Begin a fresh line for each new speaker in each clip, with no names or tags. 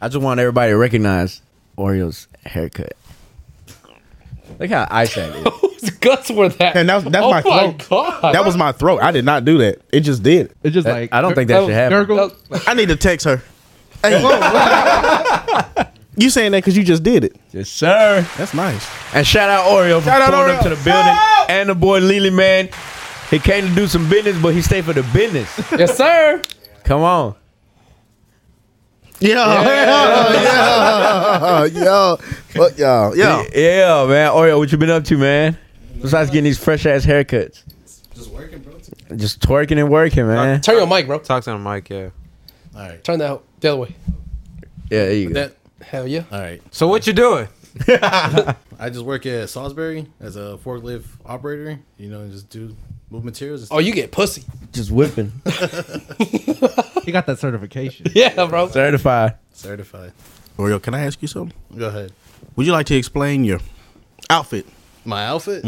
I just want everybody to recognize Oreo's haircut. Look how I said it.
Whose guts were that?
And that's- that's
oh
my
my
throat.
god.
That was my throat. I did not do that. It just did.
It's just
That-
like
I don't think that should happen.
Nurgle,
I need to text her. Hey, you saying that because you just did it?
Yes, sir.
That's nice.
And shout out Oreo for
Shout out
pulling
Oreo.
up to the building. And the boy Lily, man. He came to do some business, but he stayed for the business.
yes, sir.
Come on.
yeah, yo, fuck y'all, yo.
Yeah, man. Oreo, what you been up to, man? Besides getting these fresh ass haircuts.
Just working, bro.
Just twerking and working, man.
Turn your mic, bro.
Talk to the mic, yeah.
All right.
Turn that the other way.
Yeah, there you go.
That hell yeah.
All right.
So what you doing?
I just work at Salisbury as a forklift operator. You know, just do move materials. And
Oh, you get pussy.
Just whipping.
he got that certification.
Yeah, bro.
Certified.
certified.
Oreo, Oh, can I ask you something?
Go ahead.
Would you like to explain your outfit?
My outfit.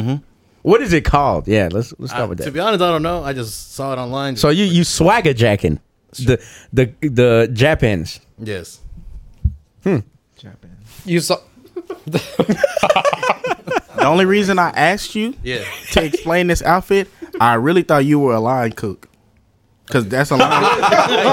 What is it called? Yeah, let's let's
I,
start with
Uh, to
Mm-hmm. that.
be honest, I don't know. I just saw it online.
so you you swagger jacking the the the Japans.
yes.
Japan.
You saw.
The only reason I asked you
Yeah.
to explain this outfit, I really thought you were a line cook. Cause that's a line.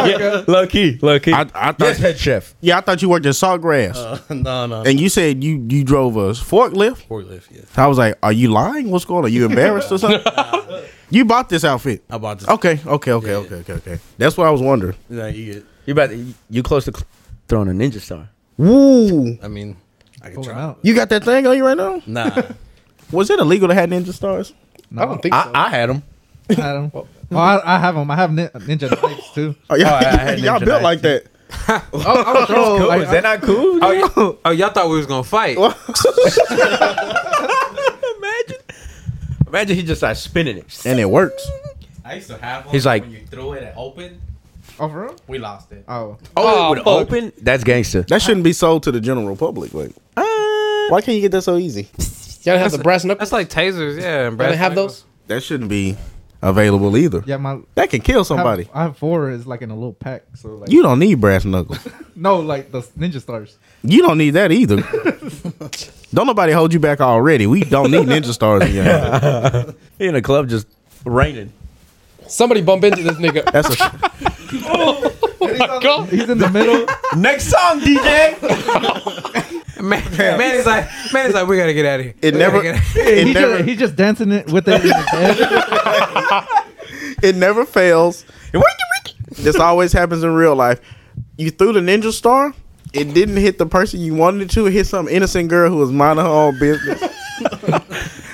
yeah, low key, low key.
I, I thought,
yes, head chef.
yeah, I thought you worked at Sawgrass,
Uh. no, no.
and you said you you drove a forklift.
Forklift. Yeah.
I was like, "Are you lying? What's going on? you embarrassed or something?" you bought this outfit.
I bought
Oh.
this.
Okay, okay, okay, okay, okay, okay. That's what I was wondering.
No, you get.
You about to, you close to cl- throwing a ninja star.
Woo!
I mean, I could
Pull him
try.
out.
You got that thing on you right now?
Nah.
Was it illegal to have ninja stars?
I don't think so.
I, I had them.
I don't. Oh, I, I have them. I have nin- ninja knives too.
Oh, y'all,
Oh, I had
y'all
ninja
built
knives,
like
too.
that.
Cool. is that not cool?
Oh, y- oh, y'all thought we was gonna fight.
imagine, imagine he just starts spinning it.
And it works.
I used to have one.
He's like-
when you threw it at open,
Oh, for real?
we lost it.
Oh,
Oh, it would
fuck.
open. That's gangster.
That shouldn't be sold to the general public. Like, why can't you get that so easy?
Y'all have the brass knuckles.
That's like tasers, yeah. And
Y'all didn't have
brass
those.
That shouldn't be available either.
yeah. My I have-
That can kill somebody.
I have four is like in a little pack. So like
You don't need brass knuckles.
no like the ninja stars.
You don't need that either. don't nobody hold you back already. We don't need ninja stars in your life.
He in a club just raining.
Somebody bump into this nigga.
That's a,
Go.
He's in the middle.
Next song, DJ.
knuckles. Man, man is like, man is like, we gotta get out of here.
it
We gotta
never
get outta here.
it
he
never
just, he just dancing it with it. In his head.
it never fails. this always happens in real life. You threw the ninja star, it didn't hit the person you wanted it to. It hit some innocent girl who was minding her own business.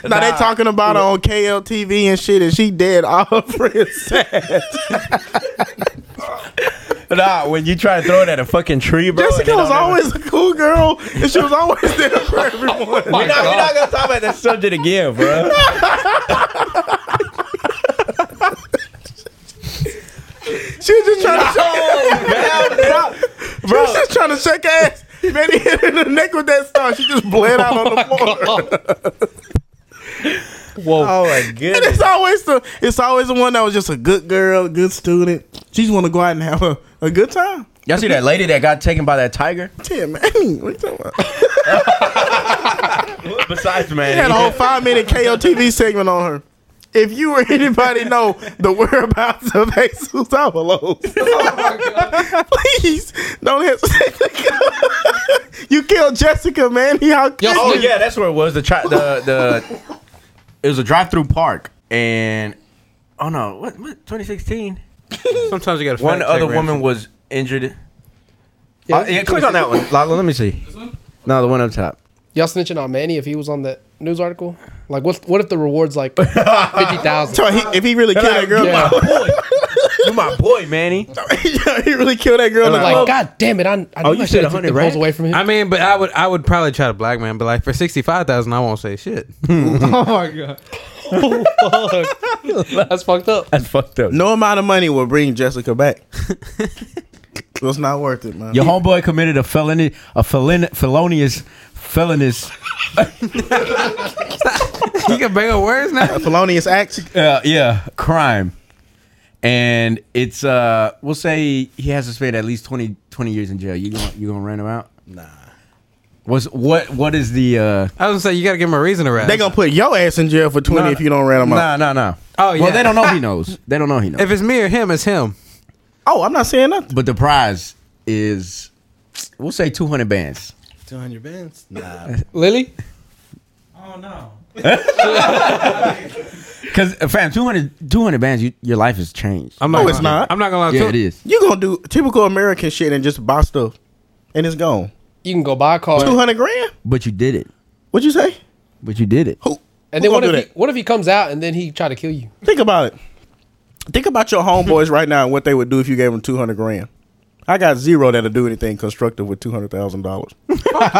now they talking about her on KLTV and shit, and she dead. All her friends sad.
nah, when you try to throw it at a fucking tree, bro.
Jessica was always a cool girl, and she was always there for everyone.
We're not, we're not gonna talk about that subject again, bro.
She was just trying to check. Bro, she was just trying to check ass. Man, he hit her in the neck with that star. She just bled out on the floor.
Oh my
And
goodness.
it's always the it's always the one that was just a good girl, a good student. She just want to go out and have a, a good time.
Y'all see that lady that got taken by that tiger?
Yeah, man. What you talking about? They
Besides,
had a whole
man,
five minute KOTV segment on her. If you or anybody know the whereabouts of Jesus Avalos, please don't hesitate. you killed Jessica, man. He out
Y'all
oh
still-
yeah, that's where it was. The tri- the the it was a drive-through park, and oh no, what, what 2016?
Sometimes you gotta.
One
fact check
other
Ramsey.
woman was injured. Yeah, Uh, yeah click on that one. Lala, let me see. This one? No, the one up top.
Y'all snitching on Manny if he was on that news article? Like, what? What if the reward's like fifty thousand?
So he, if he really killed that girl,
Yeah.
You my boy, Manny.
he really killed that girl.
Like, god damn it! I, I
Oh,
knew
you
I
said
should have
100
hundred
racks?
balls away from him.
I mean, but I would, I would probably try to black man, but like for sixty five thousand, I won't say shit.
oh my god.
That's fucked up.
That's fucked up.
no amount of money will bring Jessica back. it's not worth it, man.
Your homeboy committed a felony, a felon, felonious, felonious.
you can bang up words now.
felonious act.
Uh, yeah, crime. and it's uh, we'll say he has to spend at least 20, 20 years in jail. You gonna you gonna rent him out? Nah. What's what what is the uh?
I was gonna say you gotta give him a reason to rap.
They gonna put your ass in jail for twenty if you don't rat them out.
No no no.
Oh, yeah.
Well, they don't know he knows. They don't know he knows.
if it's me or him, it's him.
Oh, I'm not saying nothing.
but the prize is we'll say two hundred bands.
Two hundred bands. Nah,
Lily?
Oh no.
Because uh, fam, 200, 200 bands, you, your life has changed.
I'm not
No,
gonna,
it's not.
I'm not gonna lie.
yeah,
to-
it is.
You gonna do typical American shit and just buy stuff, and it's gone.
You can go buy a car.
Two hundred grand?
But you did it.
What'd you say?
But you did it.
Who?
And
who
then what
gonna
if,
do
he, what if he comes out and then he try to kill you?
that? Think about it. Think about your homeboys right now and what they would do if you gave them two hundred grand. I got zero that'll do anything constructive with two hundred thousand dollars.
Well, fuck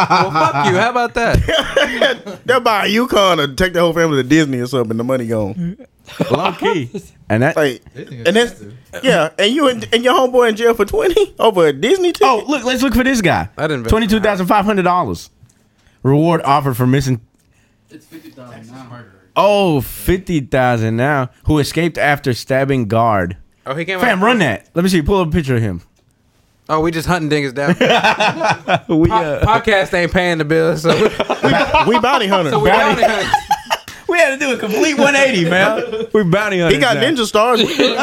you. How about that?
They'll buy a Yukon or take the whole family to Disney or something. The money gone.
Mm-hmm.
Low key. And that.
Like,
Disney
and that's yeah. And you in, and your homeboy in jail for twenty over a Disney ticket.
oh, look, let's look for this guy.
I didn't-
Twenty-two thousand five hundred dollars. Reward offered for missing.
It's fifty thousand now.
Oh, fifty thousand now. Who escaped after stabbing guard?
Oh, he came.
Fam,
out-
run that. Let me see. Pull up a picture of him.
Oh, we just hunting dingers down.
We
Po-
uh,
podcast ain't paying the bills, so we,
we bounty hunter.
so we down
Bounty-
there.
we had to do a complete one eighty, man. We bounty
he
hunting.
got ninja stars.
It's him.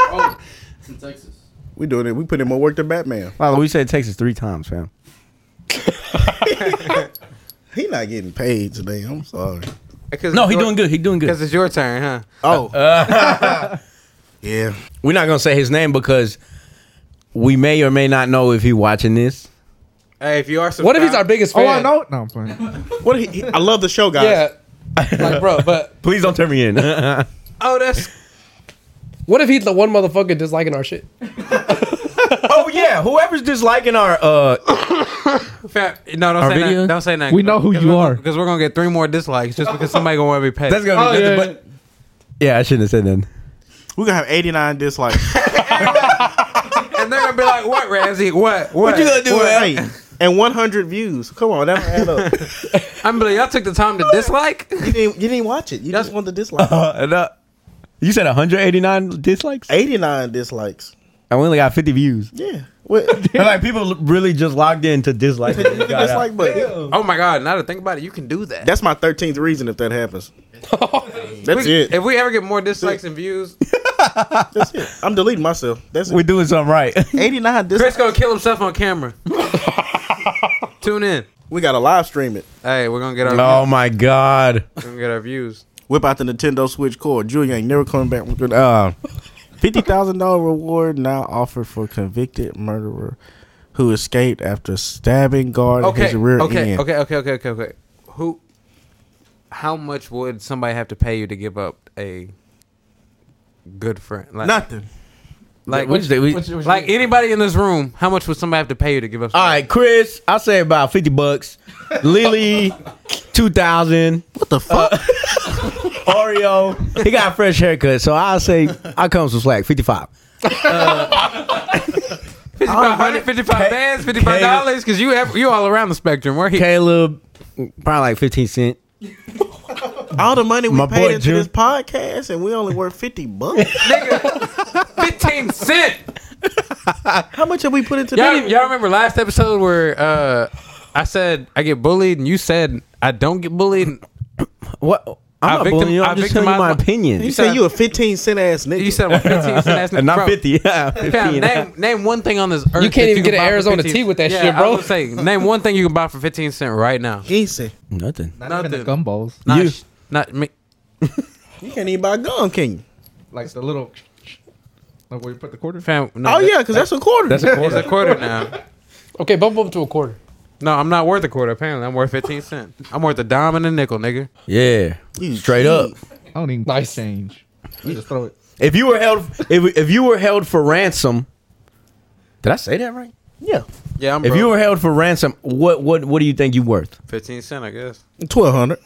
Oh, it's in Texas.
we doing it. We put in more work than Batman.
Wow, we said Texas three times, fam.
He not getting paid today. I'm sorry.
'Cause
No, he
it's your-
doing good. He doing good.
Cause it's your turn, huh?
Oh. yeah.
We're not gonna say his name because we may or may not know if he watching this.
Hey, if you are, subscribed,
What if he's our biggest fan?
Oh, I know. No, I'm playing.
What? He, he- I love the show, guys.
Yeah. like, bro, but
Please don't turn me in. That's
Oh, that's
what if he's the one motherfucker disliking our shit?
oh yeah, whoever's disliking our uh
fat. No, don't
Our
say
video?
nothing. Don't say nothing.
We know who you are.
because we're gonna get three more dislikes just because somebody gonna want to be petty.
that's gonna be
Oh,
just
yeah,
the butt. Yeah, I shouldn't have said that.
We're gonna have 89 dislikes.
and they're gonna be like, "What, Ramsey? What? What,
What you gonna do,
Well,
man?
hey, and 100 views. Come on, that add up.
I'm like, y'all took the time to dislike.
You didn't, you didn't watch it. You just want the dislike.
Uh, and, uh, you said 189 dislikes?
89 dislikes.
I only got 50 views.
Yeah. What?
And, like people really just logged in to dislike. it.
Hit the dislike button.
Oh my God! Now to think about it, you can do that.
That's my 13th reason if that happens. That's
We-
it.
If we ever get more dislikes and views,
That's it. I'm deleting myself. That's
We're
it.
doing something right.
89
Chris
dislikes.
gonna kill himself on camera. Tune in.
We gotta live stream it.
Hey, we're gonna get our
oh my god.
views. we're gonna get our views.
Whip out the Nintendo Switch cord. Julia ain't never coming back. with Uh, Fifty thousand dollar reward now offered for convicted murderer who escaped after stabbing guard in
Okay,
his rear
okay,
end.
okay, okay, okay, okay, okay. Who? How much would somebody have to pay you to give up a good friend? Like,
Nothing.
like,
Which day we-
like anybody in this room, how much would somebody have to pay you to give up?
All right, Chris, I'll say about 50 bucks. Lily 2000.
What the fuck?
Oreo. He got a fresh haircut, so I'll say I come some slack. Fifty five.
55, 155 bands, 55 dollars, because you have, you all around the spectrum. We're here.
Caleb, probably like fifteen cent.
All the money we
My
paid
boy
into
Jim.
this podcast, and we only worth fifty bucks.
Nigga, 15 cent.
How much have we put into
Y'all,
that?
y'all remember last episode where uh, I said I get bullied and you said I don't get bullied?
What? I'm
I
not
victim-
bullying you. I'm
I
just telling you my
victimized my-
opinion.
You say you a fifteen cent ass nigga.
You said I'm 15 cent ass nigga.
and not
Bro,
fifty. Yeah,
Fam,
fifteen.
name, name one thing on this earth.
can't
that
even get
can
an
buy for
Arizona
15
tea with that
Yeah,
shit, bro.
I would say, name one thing you can buy for 15 cent right now.
Ginseng.
Nothing.
Not even the
Nothing.
gumballs.
Not,
You.
sh- not me.
You can't even buy gum, can you?
Like the little. Like where you put the quarter.
Fam, no,
Oh
that-
yeah, because that's a quarter.
That's a
It's
quarter.
a quarter now.
Okay, bump him to a quarter.
No, I'm not worth a quarter. Apparently, I'm worth 15 cent. I'm worth a dime and a nickel, nigga.
yeah,
You
straight up.
I don't even
Nice.
change. I just throw it.
If you were held, if if you were held for ransom, did I say that right?
yeah,
Yeah, I'm
If
broke.
you were held for ransom, what what what do you think you worth?
15 cent, I guess.
twelve hundred.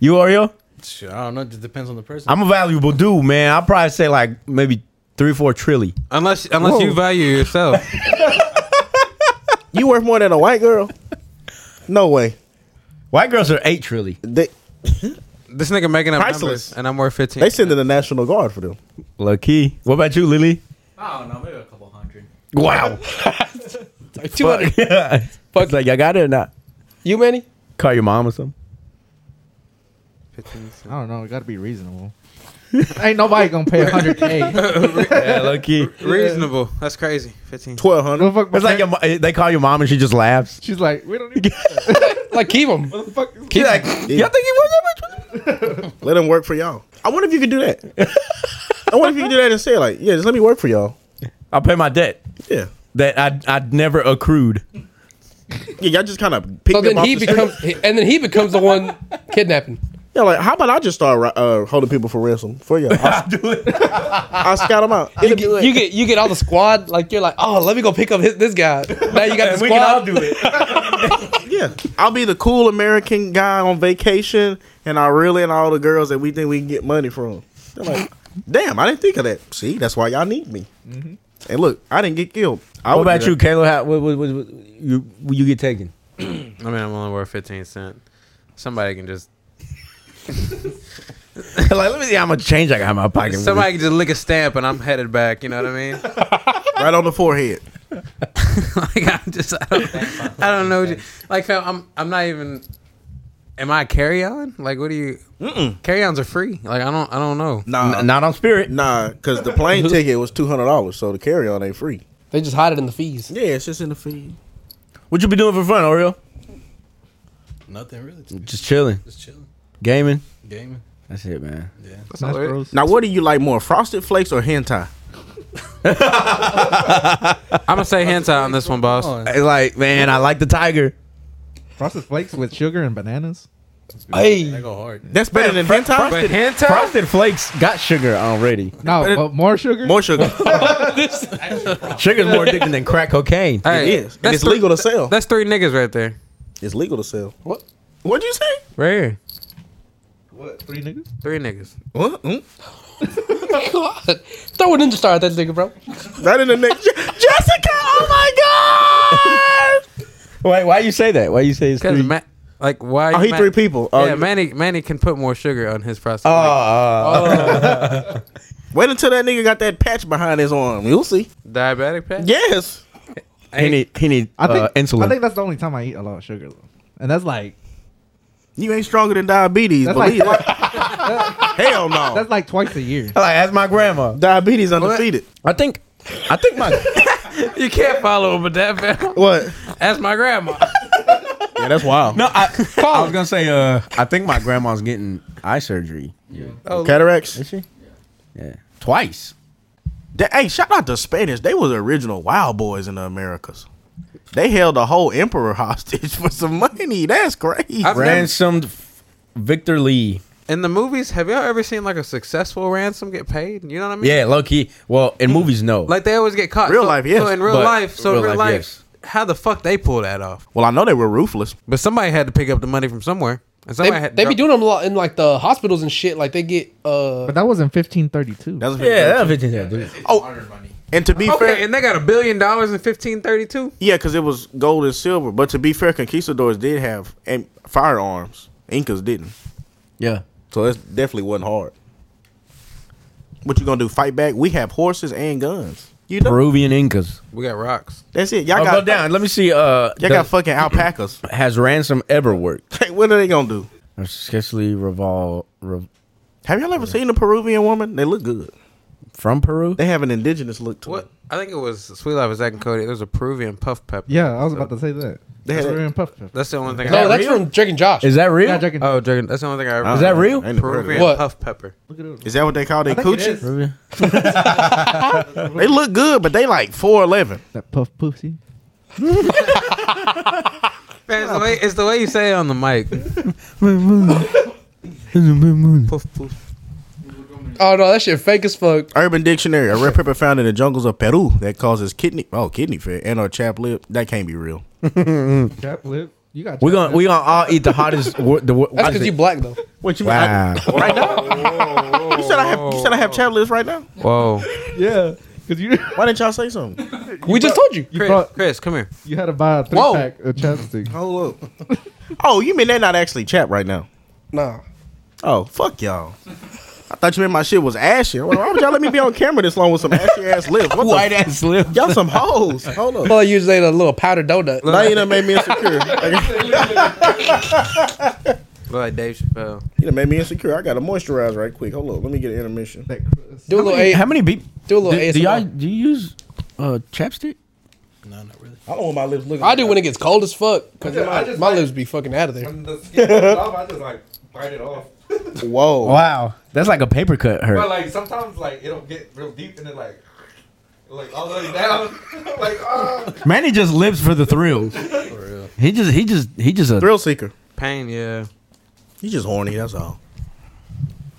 You Oreo?
Shit, I don't know. It just depends on the person.
I'm a valuable dude, man. I probably say like maybe three, four trilly.
Unless unless you value yourself.
You worth more than a white girl? No way.
White girls are eight trilly.
They,
This nigga making up
Priceless.
numbers, and I'm worth fifteen.
They sending the National Guard for them.
Low key. What about you, Lily?
I don't know, maybe a couple hundred.
Wow.
Like two
Fuck.
hundred.
Fuck. Like, y'all got it or not?
You Manny?
Call your mom or something.
Fifteen cents.
I don't know. It got to be reasonable. Ain't nobody gonna pay 100k.
yeah, low key.
Reasonable. That's crazy. Fifteen.
Twelve hundred.
What the fuck
It's like your, mo- eh, they call your mom and she just laughs.
she's like, we don't even.
Like keep him.
She's like, y'all think he was that much?
Let them work for y'all. I wonder if you could do that. I wonder if you could do that and say like, yeah, just let me work for y'all.
I'll pay my debt
Yeah.
that I I never accrued.
Yeah, y'all just kind of pick
So
them
then
off
he
the street.
becomes, he- and then he becomes the one kidnapping.
Yeah, like how about I just start ri- uh, holding people for ransom for y'all? I'll,
Do it.
I'll scout them out. It'll be lit.
You get, you get all the squad. Like you're like, oh, let me go pick up his, this guy. Now you got the
we can all
squad.
do it.
yeah, I'll be the cool American guy on vacation, and I reel in all the girls that we think we can get money from. They're like, damn, I didn't think of that. See, that's why y'all need me.
Mm-hmm.
And look, I didn't get killed. I
What
would do
about
that.
you, Kayla? How, what, what, what, what, you you get taken?
I mean, I'm only worth fifteen cent. Somebody can just
like, let me see how much change I got in my pocket.
somebody can just lick a stamp, and I'm headed back. You know what I mean?
right on the forehead?
like I'm just I don't, I don't know. What you, like fam, I'm I'm not even. Am I carry on? Like what do you? Carry ons are free. Like I don't I don't know.
Nah,
N- not on spirit.
nah, because the plane ticket was two hundred dollars, so the carry on ain't free.
They just hide it in the fees.
Yeah, it's just in the feed.
What you be doing for fun, Oreo?
Nothing really.
Just chilling,
Just chilling,
gaming.
gaming.
That's it, man.
Yeah.
Smash Bros.
Now, what do you like more, Frosted Flakes or hentai?
I'm gonna say hentai on this one, boss.
Hey, Like, man, I like the tiger.
Frosted Flakes with sugar and bananas.
I go hard.
That's better than hentai.
But hentai.
Frosted Flakes got sugar already.
No, but more sugar.
More sugar.
Sugar's more addicting than crack cocaine.
it
Hey,
is. And it's
three-
legal to sell.
That's three niggas right there.
It's legal to sell.
What?
What'd you say?
Right here.
What? Three niggas.
Three niggas.
What? Mm?
God. Throw a ninja star at that nigga, bro.
That in the next. Jessica, oh my god!
Wait, why you say that? Why you say it's
Because
three?
Ma- like why?
Oh, he
Ma-
three people. Oh,
Yeah,
you-
Manny Manny can put more sugar on his prostate.
Oh, oh,
Wait until that nigga got that patch behind his arm. You'll see.
Diabetic patch.
Yes.
oh. he need he need
I think
uh, insulin.
I think that's the only time I eat a lot of sugar, though. and that's like
You ain't stronger than diabetes.
that's
believe
like
it. Hell no.
that's like twice a year.
like that's my grandma.
diabetes undefeated.
I think I think my
You can't follow him with that. fam.
What?
That's my grandma.
Yeah, that's wild.
no. I, I was gonna say uh I think my grandma's getting eye surgery.
Cataracts.
she? Yeah, twice.
Da- hey, shout out to Spanish. They was the original wild boys in the Americas. They held the whole emperor hostage for some money. That's crazy.
I've never-
Ransomed F- Victor Lee.
In the movies, have y'all ever seen like a successful ransom get paid? You know what I mean?
Yeah, low key. Well, in movies, no.
Like they always get caught.
Real
So-
life, yes.
So in real
But-
life, so
real
in real
life,
life,
yes.
how the fuck they pull that off?
well, I know they were ruthless.
But somebody had to pick up the money from somewhere, and
They,
somebody had. To
they be
drop-
doing them a lot in like the hospitals and shit. Like they get uh
But that was in 1532.
That was
yeah, that was 15 yeah, dude.
Oh.
Modern money.
And to be fair,
Okay, and they got a billion dollars in fifteen thirty two.
Yeah, because it was gold and silver. But to be fair, conquistadors did have and firearms. Incas didn't,
Yeah.
so it definitely wasn't hard. What you gonna do? Fight back? We have horses and guns. You know,
Peruvian Incas.
We got rocks.
that's it. Y'all
oh,
got
go down. Let me see. Uh,
Y'all got
does-
fucking alpacas.
has ransom ever worked?
what are they gonna do?
I scarcely revol re-
Have y'all ever seen a Peruvian woman? They look good.
from Peru.
They have an indigenous look to
What
them.
I think it was Sweet Life of Zack and Cody. There was a Peruvian puff pepper.
yeah, I was about to say that.
They had
That's
that-
Korean puff pepper.
That's the only thing. I
no, that's from Drake and Josh.
Is that real?
Yeah, Jack and-
Oh, Dragon. That's the only thing I
I
ever.
Is that
don't know.
real?
I ain't never heard of
Peruvian
that.
What?
puff pepper?
look at it.
Is that what they call their
I think it
coochie?
is.
Peruvian.
They look good, but they like four eleven.
That puff pussy.
Man, it's, the way, it's the way you say it on the mic. Puff puff.
Oh no, that shit fake as fuck.
Urban Dictionary: A red pepper found in the jungles of Peru that causes kidney oh kidney failure and or chapped lip. That can't be real.
Chap lip. You got.
We're gonna we gonna all eat the hottest. wo- the wo-
That's
what is
because you
it?
black though.
What you
Wow.
right now? you said I have. You said I have chat lists right now.
Whoa,
yeah. Cause you
Why didn't y'all say something?
We just told you.
you
Chris,
brought
Chris, come here.
you had to buy a three
Whoa.
pack of chapstick.
Hold up. oh, you mean they're not actually chat right now?
Nah.
Oh, fuck y'all. I thought you meant my shit was ashy. I'm like, Why would y'all let me be on camera this long with some ashy ass lips? What
White
the
ass lip.
Y'all some hoes. Hold up.
Well, I usually a little powdered donut.
Now you done made me insecure.
Look like Dave Chappelle.
you done made me insecure. I gotta moisturize right quick. Hold up. Let me get an intermission.
Do a little
Hey, how
A.
many beep?
Do a little
do, do y'all
ASMR.
do you use uh chapstick?
No, not really.
I don't want my lips looking.
I do when it gets cold as fuck. Cause
I
my,
just
my
like-
lips be fucking out of there.
When the skin comes off, I just like bite it off.
Whoa.
Wow, that's like a paper cut
But
hurt.
like sometimes like it'll get real deep and then like like all the way down. like oh.
Manny just lives for the thrill.
For real.
He just he just he just a
Thrill seeker.
Pain, yeah.
You just horny. That's all.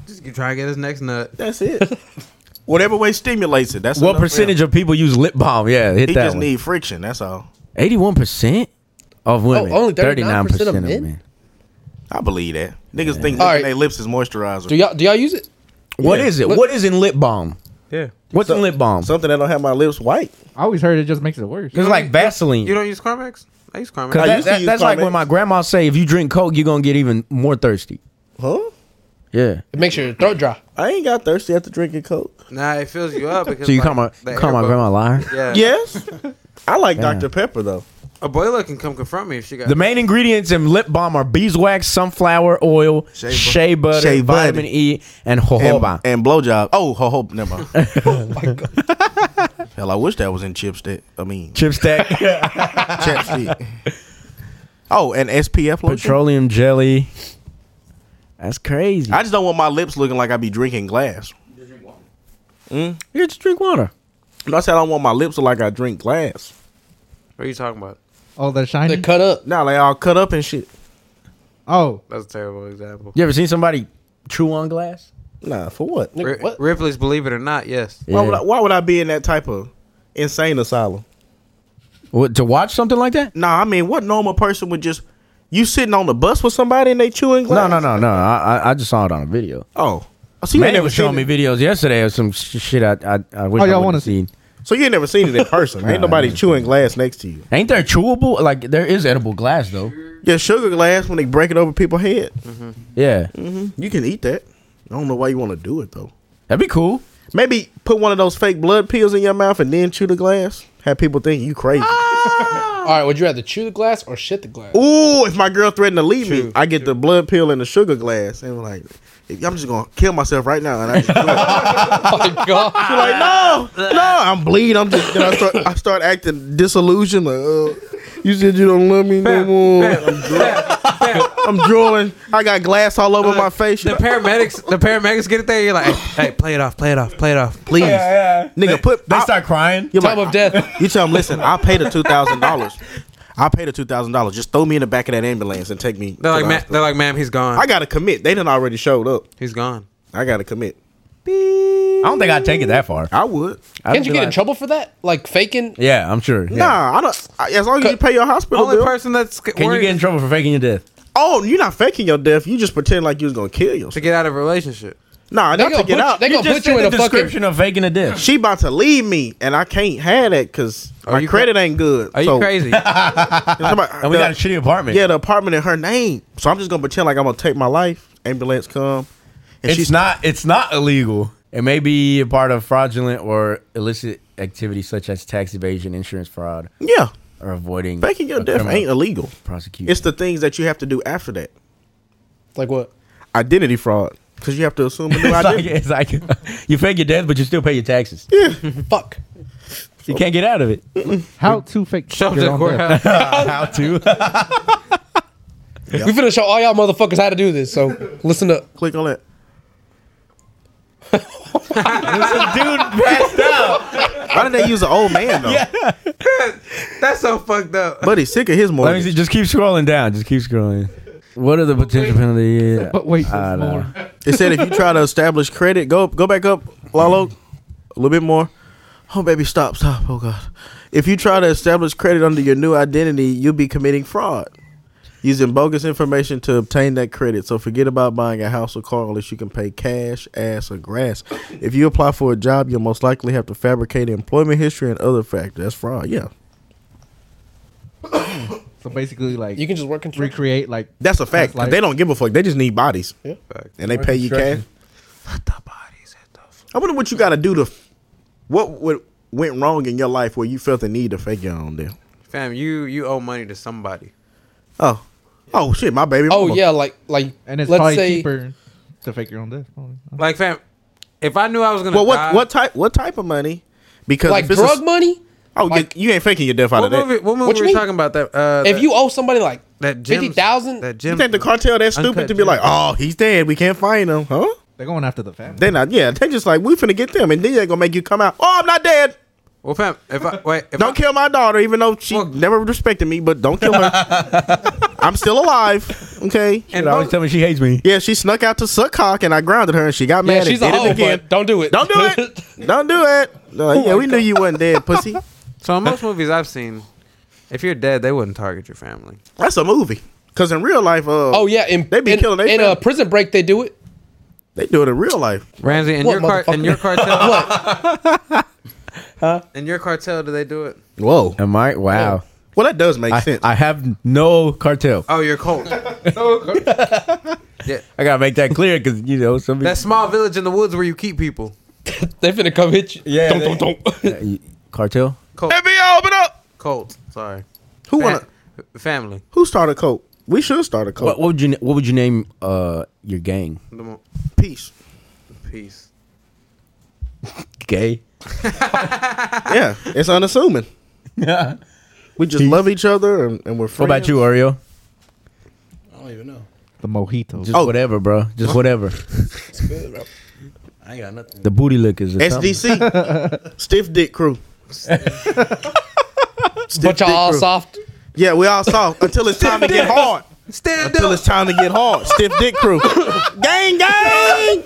Just try to get his next nut.
That's it. Whatever way stimulates it. That's
what
enough for him.
percentage of people use lip balm? Yeah, hit
He
that
just
one.
need friction. That's all.
Eighty-one percent of women.
Oh, only
Thirty-nine
39%
percent
of
of
men?
men.
I believe that. Niggas think
All right.
licking their lips is moisturizer.
Do y'all do y'all use it?
What
Yeah.
is it?
Look-
What is in lip balm?
Yeah.
What's
So-
in lip balm?
Something that don't have my lips white.
I always heard it just makes it worse.
it's like Vaseline.
You don't use Carmex? I use Carmex.
'Cause
I
that-
used to
that-
use
that's like
Carmex.
when my grandma say, if you drink Coke, you're gonna get even more thirsty.
Huh?
Yeah.
It makes your throat dry.
I ain't got thirsty after drinking Coke.
Nah, it fills you up because
So you
like,
call my
the
you call my
air
grandma a liar?
bubble-
Uh,
Yeah.
Yes. I like
Yeah.
Dr. Pepper though.
A boiler can come confront me if she got
The main ingredients in lip balm are beeswax, sunflower oil, shea,
Shea bu-
butter,
shea butter.
vitamin E, and
And,
jojoba.
and blowjob. Oh, ho, ho, never mind. Hell, I wish that was in chipstick. I mean,
Chipstack,
chapstick. Oh, and SPF lotion.
petroleum jelly. That's crazy.
I just don't want my lips looking like I be drinking glass.
you just drink water.
No, I said I don't want my lips to look like I drink glass.
What are you talking about?
Oh, the
They
shiny.
cut up.
Now nah, they all cut up and shit.
oh,
That's a terrible example.
You ever seen somebody chew on glass?
Nah, for what?
Nigga,
Ri-
what?
Ripley's Believe It or Not, yes.
Why, would I, why would I be in that type of insane asylum?
What, to watch something like that?
Nah, I mean, what normal person would just you sitting on the bus with somebody and they chewing glass?
No, no, no, no. I I- I just saw it on a video.
Oh, Oh, so you ain't
Man
never
was
seen
showing me
it.
videos yesterday of some sh- shit I I, I wish
Oh,
I
y'all
would
wanna
have seen.
So you ain't never seen it in person. ain't nobody chewing glass next to you.
Ain't there chewable? Like there is edible glass though.
Yeah, sugar glass when they break it over people's head. Mm-hmm.
Yeah,
You can eat that. I don't know why you want to do it though.
that'd be cool.
Maybe put one of those fake blood pills in your mouth and then chew the glass. Have people think you crazy.
All right, would you rather chew the glass or shit the glass?
Ooh, if my girl threatened to leave me,
Chew,
I get the blood pill and the sugar glass, and like, I'm just gonna kill myself right now. And I just do it.
Oh my god!
She's like, no, no, I'm bleeding. I'm just. Then I start, I start acting disillusioned. Like, uh, you said you don't love me no more. I'm, dro- I'm drooling. I got glass all over my face. She's
The
like,
paramedics the paramedics get it there, you're like, hey, hey, play it off, play it off, play it off.
Please, nigga, put. I,
crying.
you're
Time
like,
of death.
you tell him, listen, I'll pay the two thousand dollars. I'll pay the two thousand dollars. Just throw me in the back of that ambulance and take me. to
They're like,
the
ma-
hospital."
they're like, ma'am, he's gone.
I gotta commit. They done already showed up.
he's gone.
I gotta commit.
I don't think I'd take it that far.
I would.
I'd
Can't you
be
get in
like-
trouble for that? Like faking?
Yeah, I'm sure. Yeah.
Nah, I don't. I, as long as you pay your hospital
Only
bill.
person that's c-
Can you
worried
get in trouble for faking your death?
oh, you're not faking your death. You just pretend like you was gonna kill
to
yourself.
get out of a relationship.
Nah,
They
not to
gonna
get
put,
out.
they gonna put you in a
the
fucking.
description of faking a death.
she about to leave me and I can't have that because
Are
my
you
credit ain't good.
Are you
So-
crazy?
somebody-
And we
the-
got a shitty apartment.
yeah, the apartment in her name. So I'm just gonna pretend like I'm gonna take my life. Ambulance come. And
it's
she's
not. It's not illegal. It may be a part of fraudulent or illicit activity such as tax evasion, insurance fraud,
Yeah.
or avoiding
Faking your
a
death
criminal
ain't illegal.
prosecution.
It's the things that you have to do after that.
Like what?
Identity fraud. Because you have to assume a new
It's like,
identity.
it's like you fake your death, but you still pay your taxes.
Fuck.
You can't get out of it.
how to fake
Show up
your
to the
own death.
courthouse.
How to?
We finna show all y'all motherfuckers how to do this. So listen up.
Click on that.
Dude passed out.
Why did they use an old man though?
That's so fucked up.
But he's sick of his
Let me
mortgage.
see. Just keep scrolling down. Just keep scrolling. What are the potential penalties?
But wait, there's
know.
more.
It said if you try to establish credit, go go back up, Lalo, a little bit more. Oh baby, stop, stop. Oh god. If you try to establish credit under your new identity, you'll be committing fraud. Using bogus information to obtain that credit. So forget about buying a house or car unless you can pay cash, ass, or grass. If you apply for a job, you'll most likely have to fabricate employment history and other factors. That's fraud, yeah.
So basically, like
You can just work construction.
recreate like
That's a fact. 'cause they don't give a fuck. They just need bodies.
Yeah.
And they pay you cash.
Construction.
I wonder what you got to do to. f- What would went wrong in your life where you felt the need to fake your own deal?
Fam, you you owe money to somebody.
Oh, oh shit, my baby.
Oh
mama.
yeah, like like
and it's
let's
probably
say
cheaper to fake your own death. probably.
Like fam, if I knew I was gonna
Well,
die-
what what type what type of money? Because
like
if it's a-
drug money.
oh,
like-
you, you ain't faking your death out
what
of that.
movie? What movie
What you
were
mean?
you talking about? That uh,
If
that-
you owe somebody like
that Jim's-
fifty thousand,
that
You
Jim
think the cartel that stupid
Uncut
to be like,
Gems.
oh, he's dead, we can't find him, huh?
They're going after the family.
They not, yeah. They just like we finna get them, and then they gonna make you come out. Oh, I'm not dead.
Well, fam, if I wait, if
Don't
I,
kill my daughter, even though she
Well-
never respected me. But don't kill her. I'm still alive. Okay.
and
always
both,
tell me she hates me.
Yeah, she snuck out to suck cock, and I grounded her, and she got
yeah,
mad.
she's like,
and did
oh,
it again.
but don't do it.
Don't do it. Don't do it. No, yeah, we knew you wasn't dead, pussy.
so in most movies I've seen, if you're dead, they wouldn't target your family.
That's a movie. Cause in real life, uh,
oh yeah, in,
They be
in,
killing they
in a
family.
prison break they do it.
they do it in real life.
Ramsey, in
What,
your car, in
motherfucker?
your cartel, In your cartel, do they do it?
Whoa.
Am I? Wow.
Well, that does make
I,
sense.
I have no cartel.
Oh, your cult.
I gotta make that clear because you know some.
that small village in the woods where you keep people.
They finna come hit you.
Yeah,
Dun,
they-
dun, dun.
people- Uh, you- cartel.
Cult.
FBI, open up.
Cult. Sorry.
Who
Fam-
wanna?
family.
Who started coke? We should start a coke.
What, what would you What would you name uh your gang?
The mo-
Peace.
Peace.
Gay.
yeah, it's unassuming.
Yeah.
We just love each other and, and we're
What
friends.
about you, Oreo?
I don't even know.
The mojitos.
Just whatever, bro. Just whatever.
I ain't got nothing.
The booty lickers. or something.
SDC, stiff dick crew. stiff
But y'all
dick
all
crew.
soft.
Yeah, we all soft until it's time to get hard.
Stand
Until
up.
it's time to get hard. Stiff dick crew. gang, gang.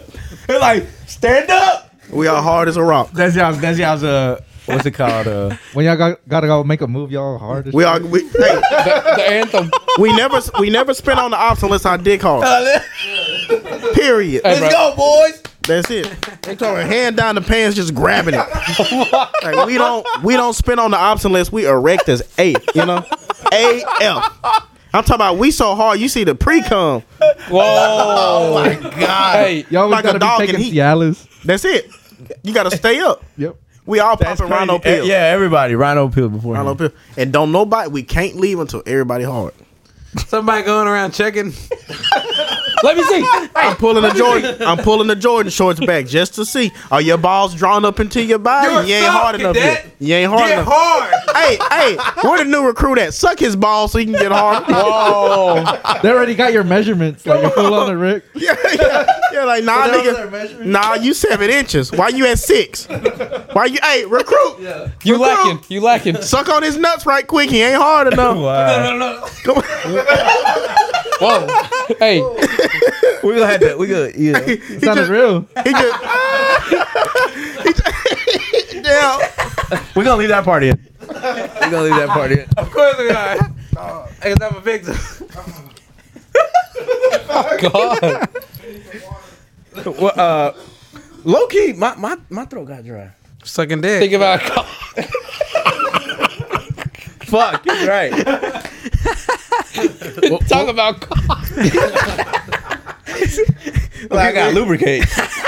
They're like stand up.
We are hard as a rock.
That's y'all's. That's y'all's. Uh, what's it called? Uh,
when y'all got, gotta go make a move, y'all hard. as
We
shit.
are. We, hey,
The, the anthem.
we never. We never spin on the ops unless our dick hard. Period.
Hey, bro.
go, boys.
That's it. They throw her hand down the pants, just grabbing it. Like, we don't we don't spin on the ops unless we erect as A, you know? AF. I'm talking about we so hard you see the pre cum.
Whoa. Hey,
Y'all always
like a
gotta
dog
be taking
in heat.
Cialis.
That's it. You gotta stay up.
Yep.
We all popping rhino
Eh,
pill.
Yeah, everybody. Rhino pill before.
Rhino pill. And don't nobody we can't leave until everybody hard.
Somebody going around checking.
let me see.
I'm pulling the Jordan I'm pulling the Jordan shorts back just to see. Are your balls drawn up into your body?
You're
you ain't
soft,
hard enough
cadet.
yet. You ain't hard enough.
hard.
hey, hey, where the new recruit at? Suck his ball so he can get hard.
They already got your measurements. Like you're full on the Rick.
yeah, yeah, yeah, like nah, nigga, nah, you seven inches. Why you at six? Why you? Hey, recruit,
You lacking. You lacking.
suck on his nuts right quick. He ain't hard enough.
Wow.
Come on.
Whoa. Hey,
we gonna have to. We gonna. Yeah.
He
It's not
just-
real.
he just. he just- Damn.
we gonna leave that part in. we gonna leave that part in.
Of course we are. Because I'm a victim.
God.
Well, uh, low key, my, my my throat got dry.
Sucking dick.
Think about
Fuck, you're right.
talk about
I got lubricate.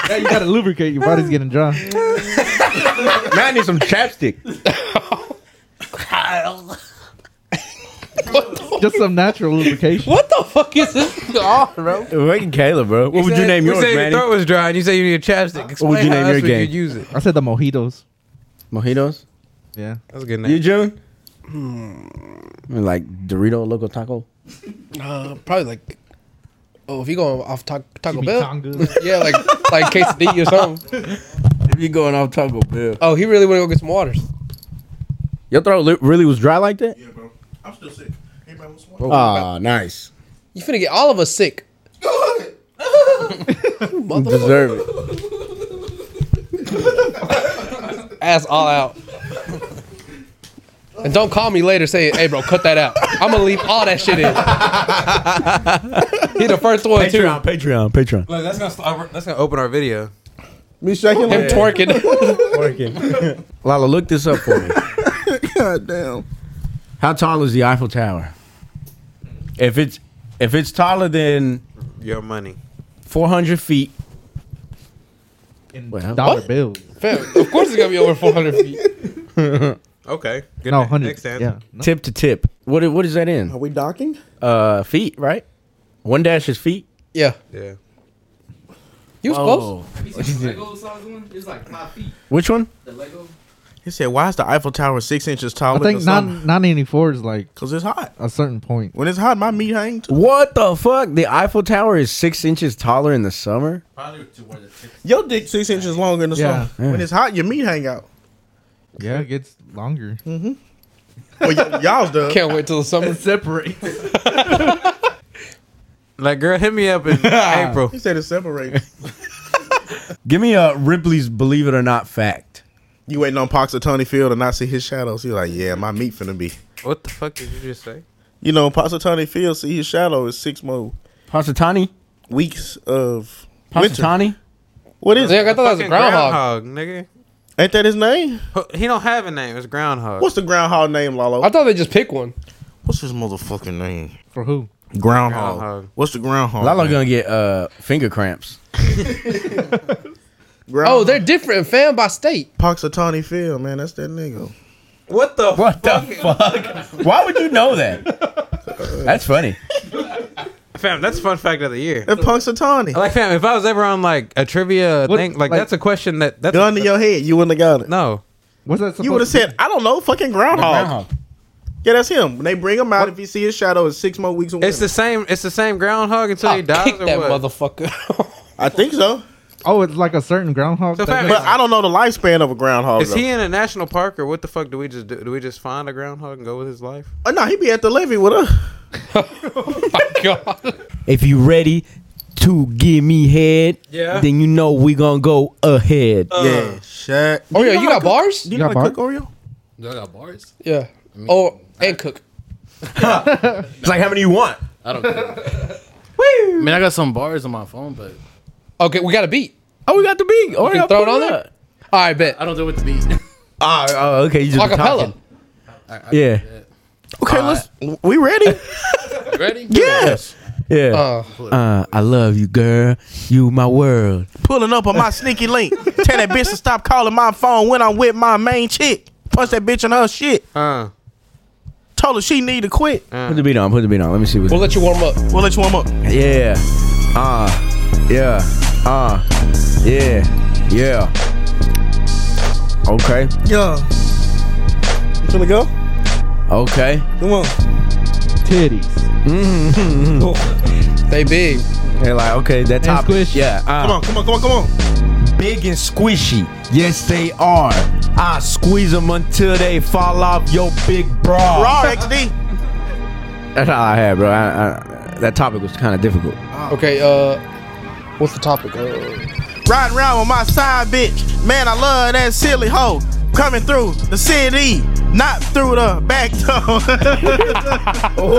Yeah, you gotta lubricate. Your body's getting dry.
Now I need some chapstick.
Just some natural lubrication.
what the fuck is this? Oh, bro.
Waiting Kayla, bro. What would you name
we
yours,
say
Manny?
Your throat was dry, and you say you need a chapstick. Explain
would you
how
name
else
your
would
game?
You use it.
I said the mojitos.
Mojitos.
Yeah.
That's a good
You
name.
June? Hmm. Like Dorito local taco.
Uh, probably like. Oh, if you going off ta- Taco Bell,
Chimichangas.
yeah, like like quesadilla or something.
If you going off Taco Bell,
Oh, he really want to go get some waters.
your throat li- really was dry like that.
Yeah, bro. I'm still sick. Anybody want
Ah,
one?
nice.
You finna get all of us sick.
Deserve it.
Ass all out. And don't call me later saying, "Hey, bro, cut that out." I'm gonna leave all that shit in. he the first one too.
Patreon, Patreon, Patreon.
Look, that's gonna start, that's gonna open our video.
Me shaking
Him
like
twerking.
Lala, look this up for me.
God damn.
How tall is the Eiffel Tower? If it's if it's taller than
Your money.
four hundred feet,
in
Well,
dollar
what?
bills.
Fam, of course it's gonna be over 400 feet.
Okay. Good
No,
ma-
hundred.
Makes sense.
Yeah.
tip to tip, what i- what is that in?
Are we docking?
Uh, feet, right? One dash is feet.
Yeah,
Yeah.
you was close.
Have you seen the Lego size one? It's like five feet.
Which one?
The Lego.
He said, "Why is the Eiffel Tower six inches
I
taller?"
think nine nine eighty four is like
because it's hot.
a certain point.
When it's hot, my meat hang too.
What the fuck? The Eiffel Tower is six inches taller in the summer.
Probably to where the tip.
Your dick six inches longer in the
Yeah.
summer. When it's hot, your meat hang out.
Yeah, it gets longer.
Well, y- y'all's does.
Can't wait till the summer.
separates.
Like, girl, hit me up in April.
He said it separates.
Give me a Ripley's Believe It or Not fact.
you waiting on Pox or Tony Field to not see his shadows. He's like, "Yeah, my meat finna be."
What the fuck did you just say?
You know, Pox or Tony Field see his shadow is six more
Positani?
weeks of winter.
Positani?
What is it?
Zach, I thought that was a
Fucking
groundhog.
nigga.
Ain't that his name?
Who- He don't have a name. It's groundhog.
What's the groundhog name, Lalo?
I thought they just pick one.
What's his motherfucking name?
For who?
Groundhog.
Groundhog.
What's the groundhog?
Lalo
name?
gonna get uh finger cramps.
Oh,
Oh,
Groundhog.
they're different, fam, by state.
Pox or Tony Field, man. That's that nigga.
What the
What the fuck? Why would you know that? That's funny.
Fam, that's fun fact of the year.
That Punxsutawney.
Like, fam, if I was ever on like a trivia
What-
thing, like,
like-
that's a question that that's
Gun to your head, you wouldn't have got it.
no.
What's that? Supposed
You would have
to be?
said, I don't know, fucking groundhog. Yeah, that's him. When they bring him out, if you see his shadow, it's six more weeks. Away.
It's the same. It's the same groundhog until he
I'll
dies
Oh, kick
or
that
what?
motherfucker.
I think so,
"Oh, it's like a certain groundhog."
So
that
fam,
goes-
but I don't know the lifespan of a groundhog.
is
though.
he in a national park or what the fuck do we just do? Do we just find a groundhog and go with his life?
Oh, no, he be at the levee with us.
My God.
If you ready to give me head, yeah. then you know we gonna go ahead.
yeah, shit.
Oh yeah, you got bars?
Do you
You
know
got
how to cook Oreo?
Do I got bars?
Yeah. Oh, and cook.
It's like how many you want?
I don't. Woo! I mean, I got some bars on my phone, but
Okay, we got a beat.
Oh, we got the big. Oh,
can
yeah,
throw it
put
on there? All right, bet.
I don't do it with the beat.
Ah, oh, okay. You just
Acapella.
talking. Yeah.
Okay, let's. We ready?
Ready?
yes.
Yeah.
Uh,
Uh, I love you, girl. You my world.
Pulling up on my sneaky link. Tell that bitch to stop calling my phone when I'm with my main chick. Punch that bitch in her shit.
Uh,
Told her she need to quit.
Put the beat on. Put the beat on. Let me see what's.
we'll let you warm up.
We'll let you warm up.
Yeah. Uh. Yeah. Uh. Yeah. Yeah. Okay.
Yeah. You finna go?
Okay.
Come on.
titties.
They big.
They're like, okay, that top.
squish.
Yeah. Uh,
Oh, Come on, come on, come on, come on.
Big and squishy. Yes, they are. I squeeze them until they fall off your big bra.
Raw XD.
That's all I had, bro. I, I, that topic was kind of difficult.
Okay, uh, what's the topic? Uh,
Riding around with my side bitch. Man, I love that silly hoe. Coming through the city, not through the back door.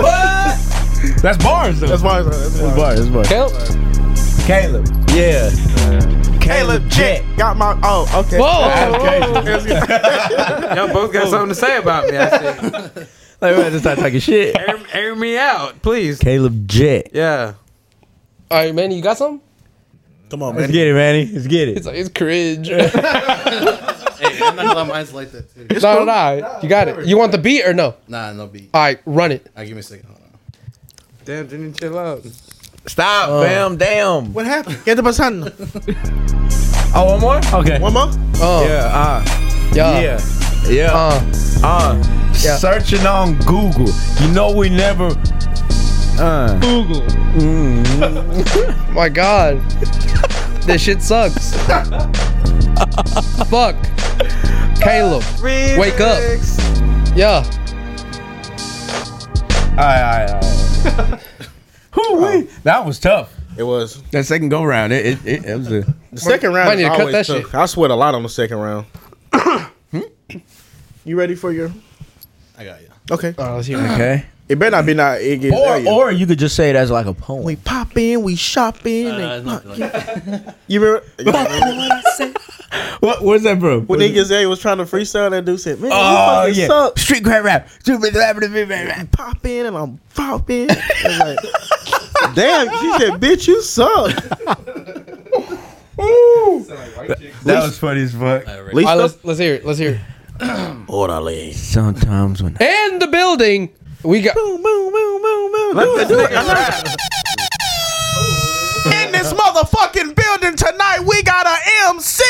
That's bars, though.
that's why. That's why.
bars. That's bars.
Kel?
Caleb. Yeah.
Caleb Jet got my. Oh, okay.
Whoa!
y'all both got something to say about me. I see.
Like, we had to start talking shit.
air, air me out, please.
Caleb Jet.
Yeah.
All right, Manny, you got something?
Come on,
Let's get it, Manny. Let's get it.
It's like, it's cringe. no,
hey, I'm not gonna let my eyes like that. Too.
no, no. all right. You got it. You want the beat or no?
Nah, no beat.
All right, run it.
I give me a second. Hold on.
Damn, Jenny, chill out.
Stop, fam. Damn.
What happened? Get the person.
Oh, one more? Okay.
One more.
Uh, yeah.
Yeah, uh, yeah, yeah,
Uh,
uh, Searching on Google. You know we never. Uh,
my God. this shit sucks. Fuck. Caleb. Wake up. Yeah.
all right, all right, all right. Hoo-wee. That was tough.
It was
Oh. That second go round, it, it, it, it was a.
the second
might
round.
need
Is
to cut
always
that
tough.
shit. Hmm?
I sweat a lot on the second round. you ready for your?
I got you.
Okay.
All right, let's hear it.
Okay.
It better not be not. It gets
Or, or you could just say it as like a poem.
we pop in, we shop in.
Uh, it's
and
not like that.
you remember?
What? Where's that from?
When Nigga Zay was trying to freestyle, that dude said, "Man,
Oh
you fucking
yeah,
suck."
street crap rap, stupid rap, rap, rap, rap.
Pop in and I'm popping. like, Damn, she said, "Bitch, you suck."
That was funny as fuck.
At least
All right,
the-
let's, let's hear it. Let's hear it.
orderly.
Sometimes when
And the building, we got.
Boom, boom, boom, boom, boom. Do it, do it. In this motherfucking building tonight, we got a MC.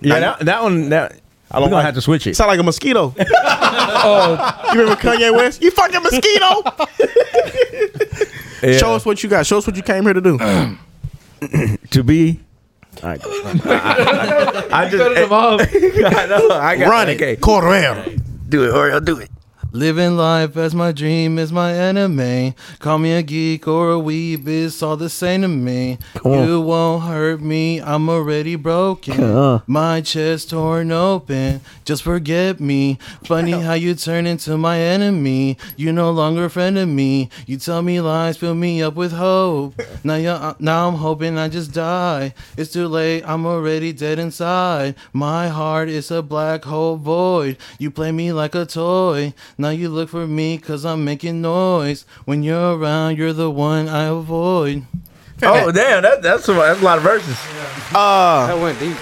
yeah, that, that one that I don't we're gonna
like-
have to switch it.
Sound like a mosquito.
Oh.
You remember Kanye West? You fucking mosquito.
Yeah.
Show us what you got. Show us what you came here to do.
to be. I, I, I just eh, I know, I got,
Run
okay.
it. Correr.
Do it, Oreo. Do it.
Living life as my dream is my enemy. Call me a geek or a weeb, it's all the same to me. You won't hurt me, I'm already broken. My chest torn open, just forget me. Funny how you turn into my enemy. You're no longer a friend of me. You tell me lies, fill me up with hope. Now, you're, uh, now I'm hoping I just die. It's too late, I'm already dead inside. My heart is a black hole void. You play me like a toy. Now you look for me cause I'm making noise. When you're around, you're the one I avoid.
Oh damn, that, that's a, that's a lot of verses.
Uh,
That went deep.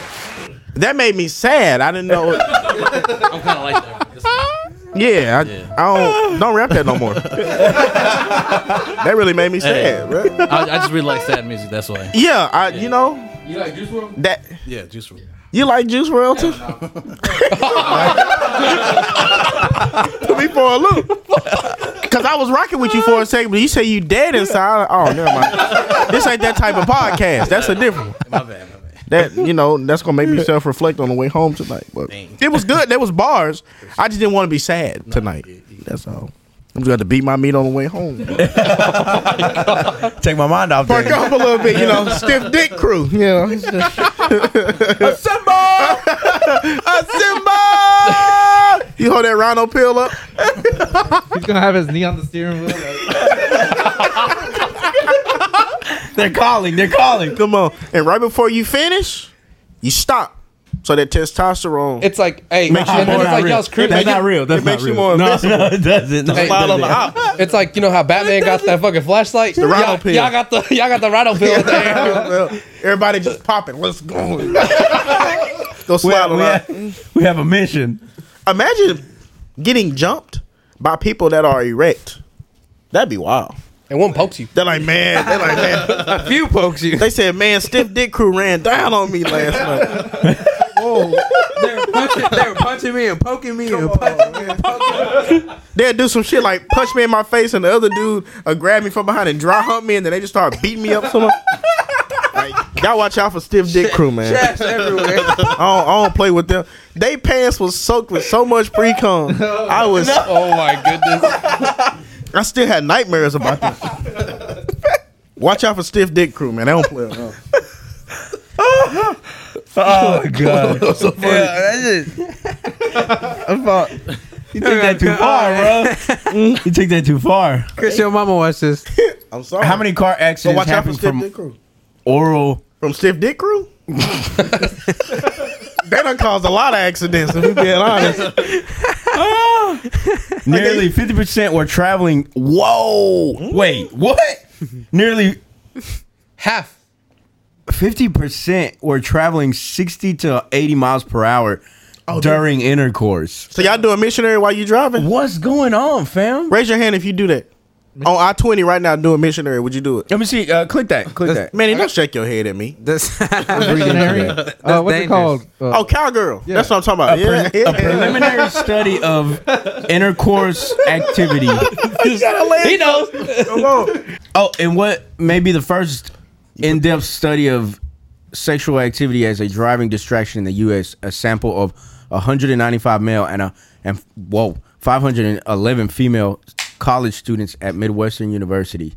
that made me sad. I didn't know.
I'm kind of like that. This one.
Yeah, I, I don't don't rap that no more. that really made me sad, bro.
I, I just really like sad music, that's why.
Yeah, I you know
You like Juice WRLD?
that
Yeah, Juice WRLD.
you like Juice World too. Put me for a loop. Cause I was rocking with you for a second, but you say you dead inside. Oh, never mind. This ain't that type of podcast. That's a different one.
My bad, my bad.
That you know, that's gonna make me self reflect on the way home tonight. But it was good. There was bars. I just didn't want to be sad tonight. That's all. I'm just gonna have to beat my meat on the way home.
Take my mind off
Park
that.
up a little bit, you know, stiff dick crew. You know, it's just-
Assemble!
Simba. You hold that Rhino pill up.
He's gonna have his knee on the steering wheel. Like,
They're calling. They're calling.
Come on, and right before you finish, you stop. So that testosterone.
It's like, hey,
Makes you
and then
more
it's like
real.
y'all's creepy.
That's not real. That's
it
not
makes you
real.
more
no,
invincible.
it doesn't. No, it
Smile on the
doesn't.
hop.
It's like you know how Batman got that fucking flashlight. The
rhino
y'all,
pill.
Y'all got the y'all got the rhino pill in there.
Well, Everybody just popping. Let's go. go
We
slide
have,
on
we,
that.
have, we have a mission.
Imagine getting jumped by people that are erect. That'd be wild.
And one pokes you.
They're like, man. They're like, man.
A few pokes you.
They said, man, Stiff Dick Crew ran down on me last night.
They were punching, they were punching me and poking me and punching me. and poking me.
They'll do some shit like punch me in my face, and the other dude will grab me from behind and dry hump me, and then they just start beating me up. Some more. like, y'all watch out for stiff dick crew, man. I
That's everywhere.
don't, I don't play with them. They pants was soaked with so much pre cum. I was,
Oh my goodness.
I still had nightmares about this. Watch out for stiff dick crew, man. They don't play. around.
Oh my god. Yeah, that's it. I thought- You took that too far, bro. Mm. You took that too far.
Chris, your mama watched this.
I'm sorry.
How many car
So
accidents
watch out for
happen
stiff
from
dick crew.
oral?
From stiff dick crew. they done caused a lot of accidents. If we being honest.
Nearly fifty percent were traveling. Whoa! Wait, what? Nearly
Half.
fifty percent were traveling sixty to eighty miles per hour
Oh,
during intercourse.
So y'all doing missionary while you driving?
What's going on, fam?
Raise your hand if you do that. On I twenty right now doing missionary, would you do it?
Let me see. Uh, click that. Click that.
Man, don't shake your head at me.
This
missionary. Uh, what's
dangerous.
it called? Uh,
Oh, cowgirl. That's what I'm talking about. yeah,
A
yeah.
preliminary study of intercourse activity.
He knows.
Come on.
Oh, and what may be the first in depth study of sexual activity as a driving distraction in the U.S., a sample of 195 male and a and whoa, 511 female college students at Midwestern University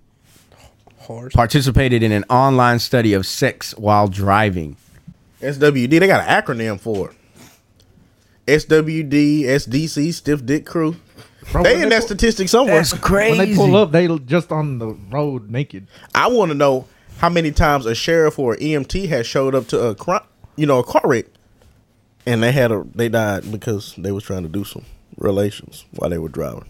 participated in an online study of sex while driving.
SWD. They got an acronym for it. SWD, SDC, Stiff Dick Crew. They in that statistic somewhere.
crazy.
when they pull up, they l- just on the road naked.
I want to know how many times a sheriff or EMT has showed up to a crime, you know, a car wreck, and they had a they died because they was trying to do some relations while they were driving.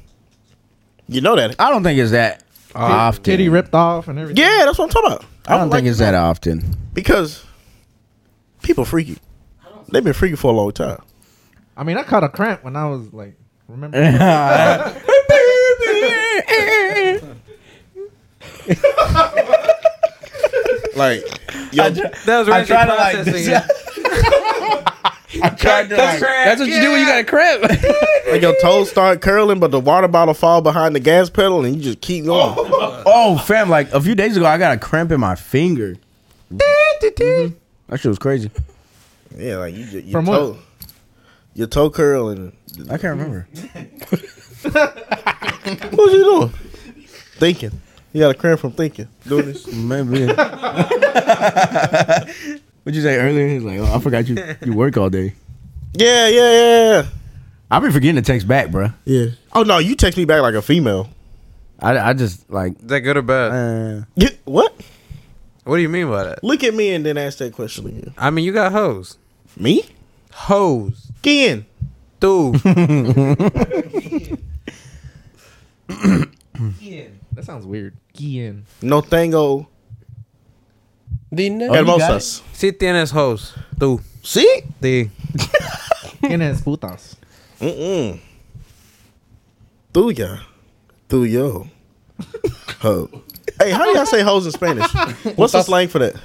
You know that.
I don't think it's that often.
Titty ripped off and everything.
Yeah, that's what I'm talking about.
I don't
would
think
like
it's
to know.
that often.
because people freaky. They've been freaky for a long time.
I mean, I caught a cramp when I was like, remember?
Like, yo,
That was
I
right
tried to like.
processing. it.
I tried to like.
That's what you do when you got a cramp.
like your toes start curling, but the water bottle fall behind the gas pedal, and you just keep going.
Oh, fam! Like a few days ago, I got a cramp in my finger. That shit was crazy.
Yeah, like you, just, your
From what?
toe, your toe curl, and
I can't remember.
what you doing? Thinking. You got a cramp from thinking. Doing this.
Maybe. What'd you say earlier? He's like, oh, I forgot you. You work all day.
Yeah, yeah, yeah,
I've been forgetting to text back, bruh.
yeah. Oh no, you text me back like a female.
I, I just like.
Is that good or bad?
Uh,
Get- What?
What do you mean by that?
Look at me and then ask that question again.
I mean, you got hoes.
Me?
Hoes.
Again.
Dude.
that sounds weird. Gian.
No tango.
Oh,
The
Hermosas.
Si tienes hoes. Tú.
See?
The.
Tienes putas.
Mm-mm. Tuya. Tuyo. Ho. Hey, how do y'all say hoes in Spanish? What's the slang for that?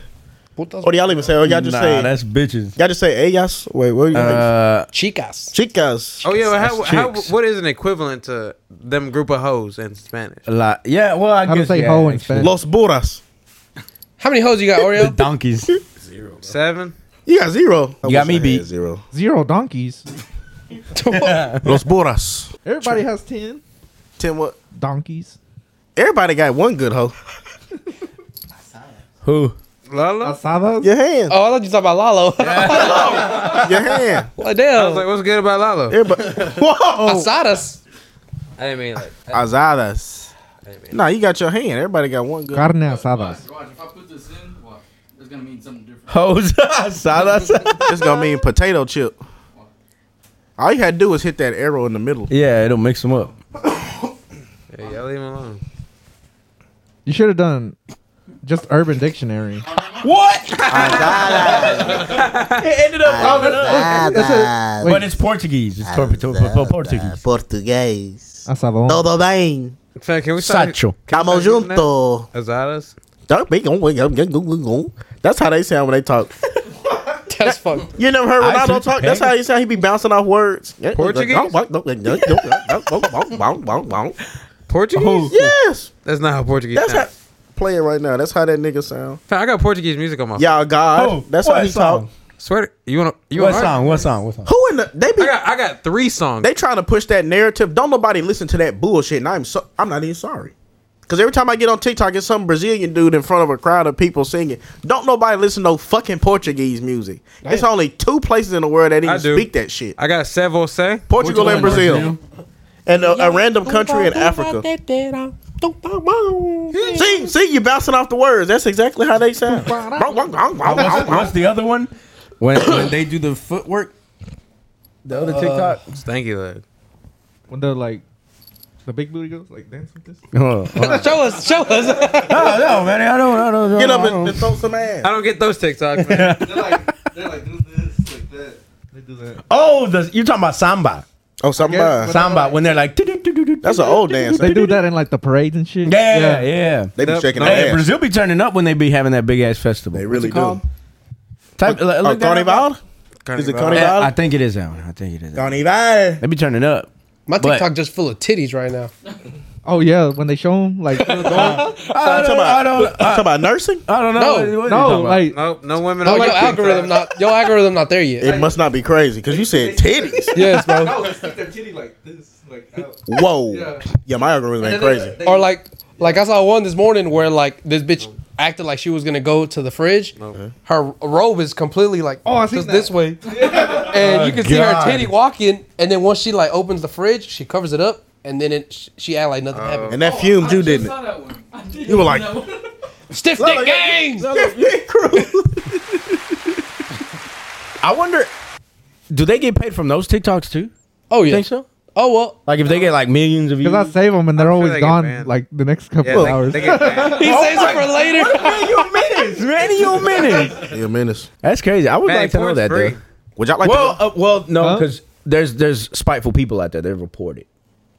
Or do y'all even say, or oh, y'all just
nah,
say,
that's bitches.
y'all just say ellas? Wait, what do you
Uh,
chicas.
think? Chicas.
Oh yeah. How,
That's
how,
chicks.
what is an equivalent to them group of hoes in Spanish?
la, Uh, yeah. Well, I
How to
guess
say
yeah,
hoe in
actually.
Spanish?
Los burras.
How many hoes you got,
The
Oreo?
donkeys.
Seven.
You got zero. I
You got
wish
me
I had
beat.
Zero.
Zero donkeys.
Oh,
Los burras.
Everybody has ten
Tim, what?
donkeys.
Everybody got one good hoe.
Who?
Lala.
Asadas.
Your hand.
Oh, I thought you talking about Lalo.
Your hand.
well,
I
damn.
was like, what's good about Lala?
Everybody. Whoa.
Asadas.
I didn't mean like.
Azadas. Nah, you got your hand. Everybody got one good.
Carne asadas.
Watch, if I put this in, what? It's gonna mean something different.
Hoes. Salas.
This gonna mean potato chip. All you had to do was hit that arrow in the middle.
yeah, it'll mix them up.
Hey, y'all leave him alone.
You should have done just Urban Dictionary. Wait.
But it's Portuguese. It's tor- tor- tor- tor- Portuguese.
Português.
Asadón.
Todo bem.
In fact, can we start?
Sacho.
can
Tamo
we start using that?
junto.
Azadas.
That's how they sound when they talk.
That's fucked.
You never heard
I
Ronaldo
took
talk? That's how he sound. He be bouncing off words.
Portuguese? Portuguese?
Yes,
That's not how Portuguese
Oh, that's how.
sounds.
Play it right now. That's how that nigga sound.
In fact, I got Portuguese music on my phone.
Y'all God.
Oh,
that's
what
how he
song?
talk.
Swear to you want to you
What
want to
song? What song? What song?
Who in the? They be.
I got I got three songs.
They trying to push that narrative. Don't nobody listen to that bullshit. And I'm so. I'm not even sorry. Cause every time I get on TikTok, it's some Brazilian dude in front of a crowd of people singing. Don't nobody listen to no fucking Portuguese music. It's only two places in the world that
I
even
do.
speak that shit.
I got Se Você.
Portugal, and Brazil. And a, a random country in Africa. See, see, you bouncing off the words. That's exactly how they sound.
What's, what's the other one? When, when they do the footwork? The other TikTok?
Thank you, lad.
When they're like, the big booty goes like dance with this.
Oh, oh.
show us. Show us.
no, no, man. I don't, I don't, I don't.
Get up
I
and,
don't.
and throw some ass.
I don't get those TikToks. Man.
They're like, they're like, do this, like that.
They do that.
Oh, the, you're talking about samba.
Oh, something
guess-
bad.
Samba, when they're like.
That's an old dance.
They do that in like the parades and shit.
Yeah, yeah.
They be
Nope.
shaking
No,
Hey,
their ass.
Brazil be turning up when they be having that big ass festival.
They really do.
Type, look,
Oh,
look that up.
Carnival? Is it
Yeah, I Uh,
Carnival?
think it is that one. I think it is. that one.
Carnival.
They be turning up.
My
But-
TikTok just full of titties right now.
Oh yeah, when they show them like through the door.
I
Talking
don't, I
about-
don't,
talking about nursing?
I don't
No,
know. What- what are you
no,
talking about?
like
No, no women.
No,
on
Oh, your
your TikTok.
algorithm not your algorithm not there yet.
It must not be crazy because you said titties.
yes, bro.
No, stick their titty like this, like out.
Whoa.
Yeah.
Yeah, my algorithm ain't crazy.
Or like like I saw one this morning where like this bitch acted like she was gonna go to the fridge. Her robe is completely like
Oh, I seen
just
that.
this way, and you can see her
God.
titty walking. And then once she like opens the fridge, she covers it up, and then it she act like nothing happened.
And that fumed you, didn't
I
it?
saw that one. I did
You were like-
see that one.
Stiff
Lolo,
dick
yeah,
gang.
I wonder, do they get paid from those TikToks too?
Oh
yeah, think so.
Oh well,
like if they get like millions of views,
Because I save them and they're always
they get
gone
banned.
like the next couple
Yeah,
of
they-
hours.
they get banned.
Oh
He saves it for later.
Man, you a menace, man. You a menace.
You a menace.
That's crazy. I would
Man,
like to know
porn's
that
free.
though.
Would y'all like to
well,
know?
Uh, well, no,
Huh?
because there's there's spiteful people out there. They report it.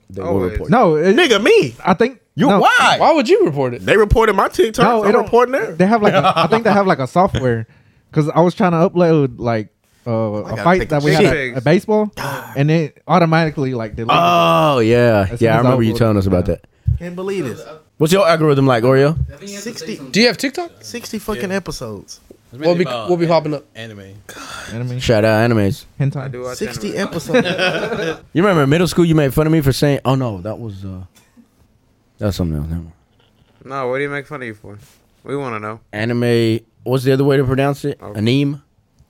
They will
Always.
report. it.
No, it,
nigga, me.
I think
You
no.
why?
Why would you report it?
They reported my TikTok.
No, it
I'm
don't-
reporting that.
They have like a, I think they have like a software because I was trying to upload like uh, a
gotta
fight
take
that
a
we had
shit.
at, at baseball, and it automatically like deleted. it.
Oh yeah,
As soon
yeah. I
as I
remember you
upload
telling
it,
us about that.
Can't believe this.
What's your algorithm like, Oreo?
60,
Do you have TikTok?
60 fucking episodes.
We'll be
about
we'll be popping up.
Anime.
Anime
Shout out animes.
hentai.
60 episodes.
You remember in middle school? You made fun of me for saying, "Oh no, that was uh, that's something else." Never mind.
No, what do you make fun of you for? We want to know.
Anime. What's the other way to pronounce it? Anime.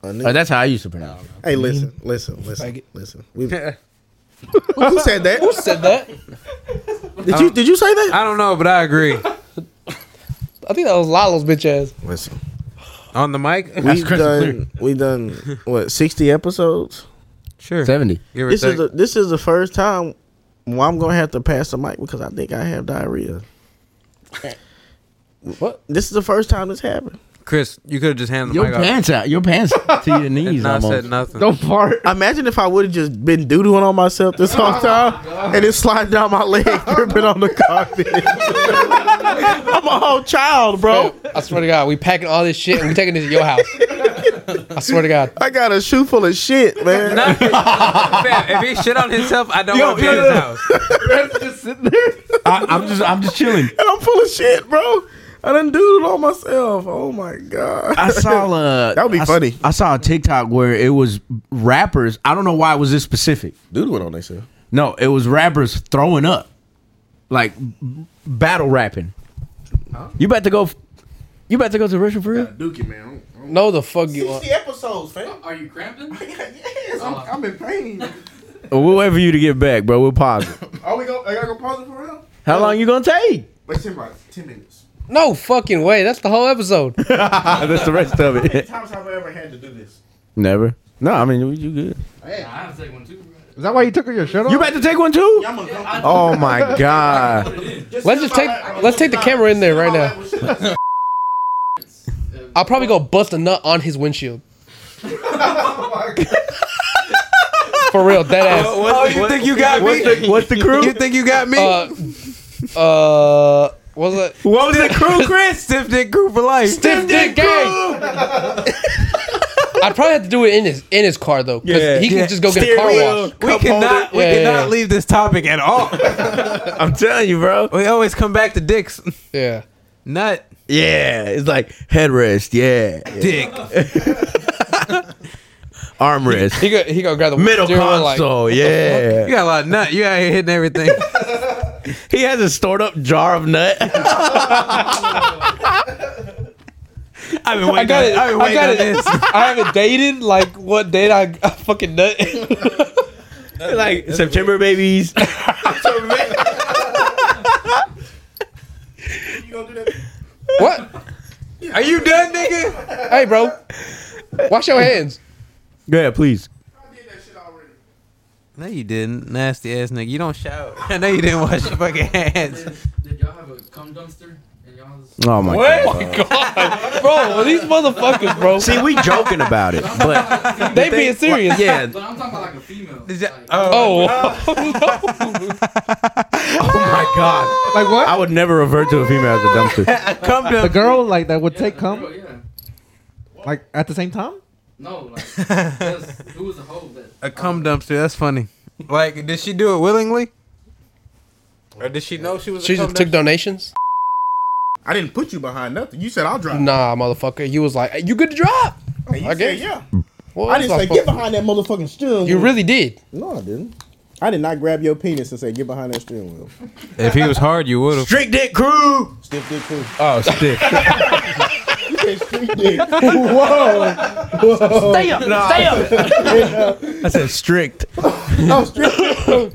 Anime.
Oh, that's how I used to pronounce. it.
hey, listen, listen, listen, listen. We've, who said that?
Who said that?
Did you did you say that?
I don't know, but I agree.
I think that was Lalo's bitch ass.
Listen,
On the mic,
we've done we've done what sixty episodes.
sure.
Seventy.
Give or
This
take.
is the, this is the first time where I'm gonna have to pass the mic because I think I have diarrhea.
What?
This is the first time this happened.
Chris, you could have just handed the
Your
mic off
pants out. Your pants to your
and
knees
not
almost.
said nothing.
Don't fart.
Imagine if I would have just been doodling on myself this whole time and it slid down my leg, dripping on the carpet. I'm a whole child, bro.
Oh, I swear to God, we packing all this shit and we taking this to your house. I swear to God.
I got a shoe full of shit, man.
No, fam, if he shit on himself, I don't
Yo,
want to be in
yo,
his
yo.
house.
I, I'm just, I'm just chilling.
And I'm full of shit, bro. I done doodled on myself. Oh my god.
I saw uh,
That would be
I s-
funny.
I saw a TikTok where it was rappers. I don't know why it was this specific.
doodling on myself.
No, it was rappers throwing up, like b- battle rapping. You about to go? f- You about to go to Russia for real?
Dookie, man.
No, the fuck you are.
episodes, fam.
Are you cramping? Oh.
yes, I'm, I'm in pain.
We'll wait for you to get back, bro. We'll pause it.
Are we going? I gotta go pause it for real.
How long you gonna take?
Wait, ten minutes. Ten minutes.
No fucking way. That's the whole episode.
That's the rest of it.
Times have I ever had to do this?
Never. No, I mean you good.
Nah, I have to take one too.
Is that why you took your shirt off?
You about to take one too? Oh my god.
Let's just take let's take the camera in there right now. I'll probably go bust a nut on his windshield. For real, dead ass.
Oh,
What's, you think you got me?
What's the crew?
you think you got me?
Uh, uh, what was it?
what was the crew, Chris? Stiff dick crew for life.
Stiff dick gang. I'd probably have to do it in his in his car though, because
Yeah.
he can
Yeah.
just go get a car wash.
We cannot, we
Yeah, yeah,
cannot
yeah.
leave this topic at all.
I'm telling you, bro.
we always come back to dicks.
Yeah.
Nut.
Yeah, it's like headrest. Yeah,
Dick.
armrest,
He go he go grab the
middle
steering wheel, like,
console.
You
yeah,
got a lot of nut. You out here hitting everything.
he has a stored up jar of nut.
I've been waiting.
I got
on-
it.
I've been
I
waiting
got
on
it.
this.
I haven't dated. Like what date I, I fucking nut?
like September babies.
what?
Are you done, nigga?
Hey, bro. Wash your hands.
Go ahead, please.
No, you didn't. Nasty ass nigga. You don't shower. I know you didn't wash your fucking hands.
Did y'all have a cum dumpster in y'all's?
Oh my
Oh my god, bro. These motherfuckers, bro.
See, we joking about it,
Oh
but
they being serious.
yeah,
But I'm talking about like a female.
Is that-
like,
Oh,
my God,
like what?
I would never revert to a female as a dumpster.
Come to
the girl like that would
yeah,
take
the
cum
girl, yeah.
like at the same time.
No, like yes, who was a hoe that?
a cum dumpster. That's funny. Like, did she do it willingly? Or did she know she was
she
a cum
just took donations.
I didn't put you behind nothing. You said I'll drive.
Nah, motherfucker. You was like, hey, you good to drop?
And you
I
said
guess.
yeah.
What
I
was
didn't say
supposed-
get behind that motherfucking steering wheel.
You really did.
No, I didn't. I did not grab your penis and say get behind that steering wheel.
dumpster? If he was hard, you would have.
Trick dick crew.
Stiff dick crew.
Oh, stick.
You said street dick. Whoa. Whoa.
Stay up. Stay up. I said strict.
No, street dick crew.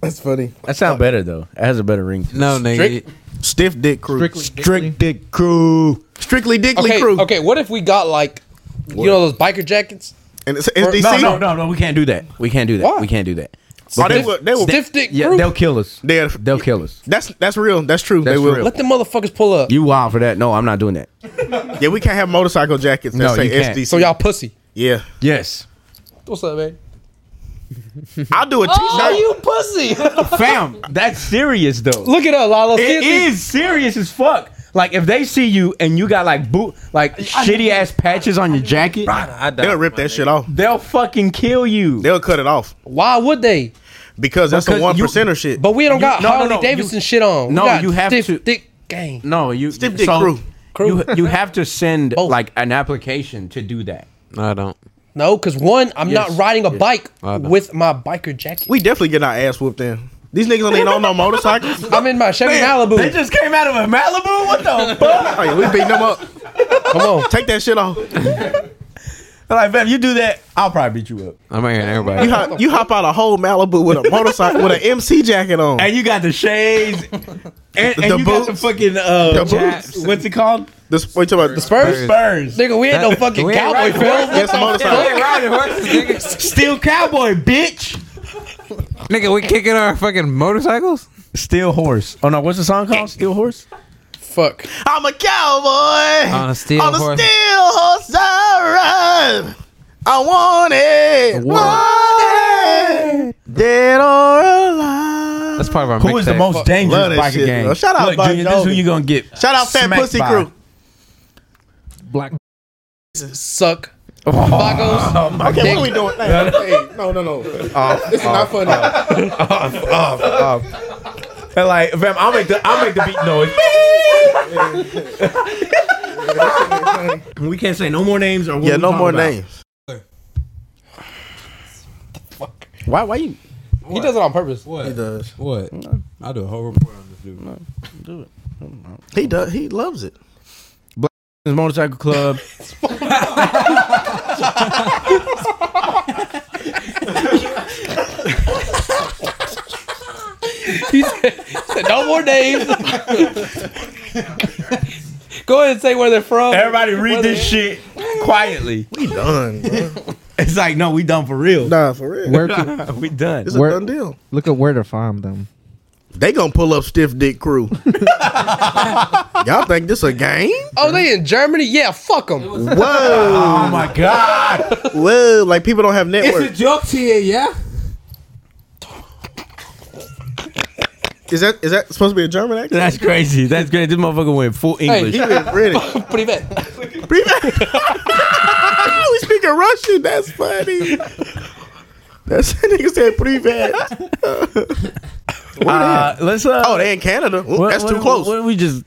That's funny.
That sounds better though. It has a better ring.
No, nigga.
Strict?
Stiff dick crew.
Strictly
Strict dick crew. Strictly dickly
okay,
crew.
okay. What if we got like, you know, those biker jackets?
And it's,
Or- No, no, no, no. We can't do that. We can't do that.
Why?
We can't do that.
Oh, they will- they will-
Stiff dick
Yeah,
group.
they'll kill us.
They'll,
kill us.
That's that's real. That's true.
That's
they will.
real.
Let the motherfuckers pull up.
You wild for that? No, I'm not doing that.
yeah, we can't have motorcycle jackets that
No,
say
you can't.
SDC.
So y'all pussy.
yeah,
Yes,
What's up, man?
I'll do a t-shirt.
you pussy.
fam. That's serious though.
Look it up, Lalo. See
It
these-
is serious as fuck. Like if they see you and you got like boot, like shitty ass patches on your jacket,
I died.
They'll rip that shit off.
they'll fucking kill you.
They'll cut it off
Why would they?
because that's
Because
the one
you-
percenter shit.
But we don't got
no, no,
Harley
no, you-
Davidson shit on. We
No,
got
you have
stiff
to-
Dick gang.
No, you
Stiff dick crew.
You, you have to send like an application to do that.
No, I don't.
No, because one, I'm
Yes,
not riding a bike
I know.
with my biker jacket.
we definitely get our ass whooped in. These niggas ain't on no motorcycles.
I'm in my Chevy
They
Malibu.
just came out of a Malibu. What the fuck?
Oh, yeah, we beating them up.
Come on.
Take that shit off.
like, fam, you do that, I'll probably beat you up.
I'm out here and
You
everybody.
hop, you hop out a whole Malibu with a motorcycle with an MC jacket on.
And you got the shades, and, and
The
you got the
boots.
fucking uh,
The
chaps.
boots.
what's it called?
This what you talking about? The
Spurs?
Spurs.
Nigga, we ain't no fucking
We ain't
cowboy
riding
film.
Yes, a motorcycle.
riding horses, nigga.
Still cowboy, bitch.
nigga, we kicking our fucking motorcycles.
Still horse. Oh no, what's the song called? Still horse.
Fuck.
I'm a cowboy
On a steel
on a
horse.
steel horse I ride. I want it, want it, dead or alive.
That's part of our
Who is the
mixtape.
most dangerous
Love that
biker
shit,
gang?
bro. Shout out
Look,
Bon
Junior, this is who
Jovi.
you gonna get.
Shout out Fat
smacked
Pussy
by.
Crew.
Black.
Suck. Bogos.
Okay,
Dick.
what are we doing? Hey, hey, no, no, no. this is not fun.
And like, fam, I'll make the I'll make the beat noise. we can't say no more names or what
yeah,
we
no
talking
more
about.
names.
Why? Why you?
He does it on purpose.
What?
He does.
What? I'll do a whole report on this dude.
He does. He loves it.
This motorcycle club.
He said, he said, no more names. Go ahead and say where they're from.
Everybody read
Where
this
they-
shit quietly.
We done. bro.
It's like, no, we done for real.
nah, for real.
Where to,
we done.
it's a
where-
done deal.
look at where to find them.
They gonna pull up stiff dick crew. Y'all think this a game?
Oh, they in Germany? Yeah, fuck them.
Whoa,
Oh my god!
whoa! Like people don't have network.
joke to you, yeah?
Is that is that supposed to be a German accent?
That's crazy. That's great. This motherfucker went full English.
He been ready.
Pretty bad.
Oh, we speaking Russian. That's funny. That's that nigga said pretty bad.
uh, let's. Uh,
Oh, they in Canada. Ooh,
what-
that's
what-
too close.
What, we just?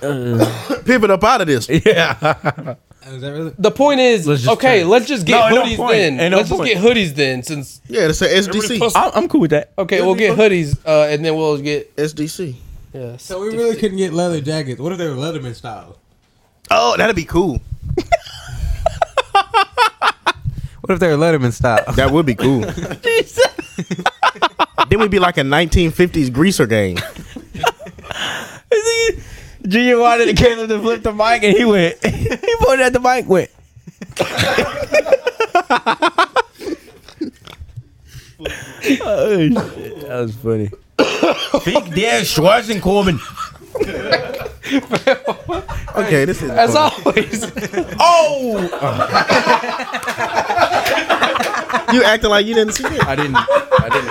Pivot up out of this.
Is that really?
The point is,
Let's just
okay,
turn-
let's just
No,
get
ain't no
hoodies
point.
then.
Ain't no
let's just
point.
get hoodies then, since
Yeah, that's a SDC.
I'm, I'm cool with that.
okay, we'll get hoodies, uh, and then we'll get
SDC.
yeah.
So we really couldn't get leather jackets. What if they were Leatherman style?
Oh, that'd be cool.
What if they were Letterman style?
That would be cool. then we'd be like a 1950s greaser game.
Junior wanted Caleb to flip the mic, and he went. he pointed at the mic. Went. oh shit! That was funny. Big Dan Schwarzenkorben.
Okay, this is.
As always,
Oh,
You acting like you didn't see it.
I didn't. I didn't.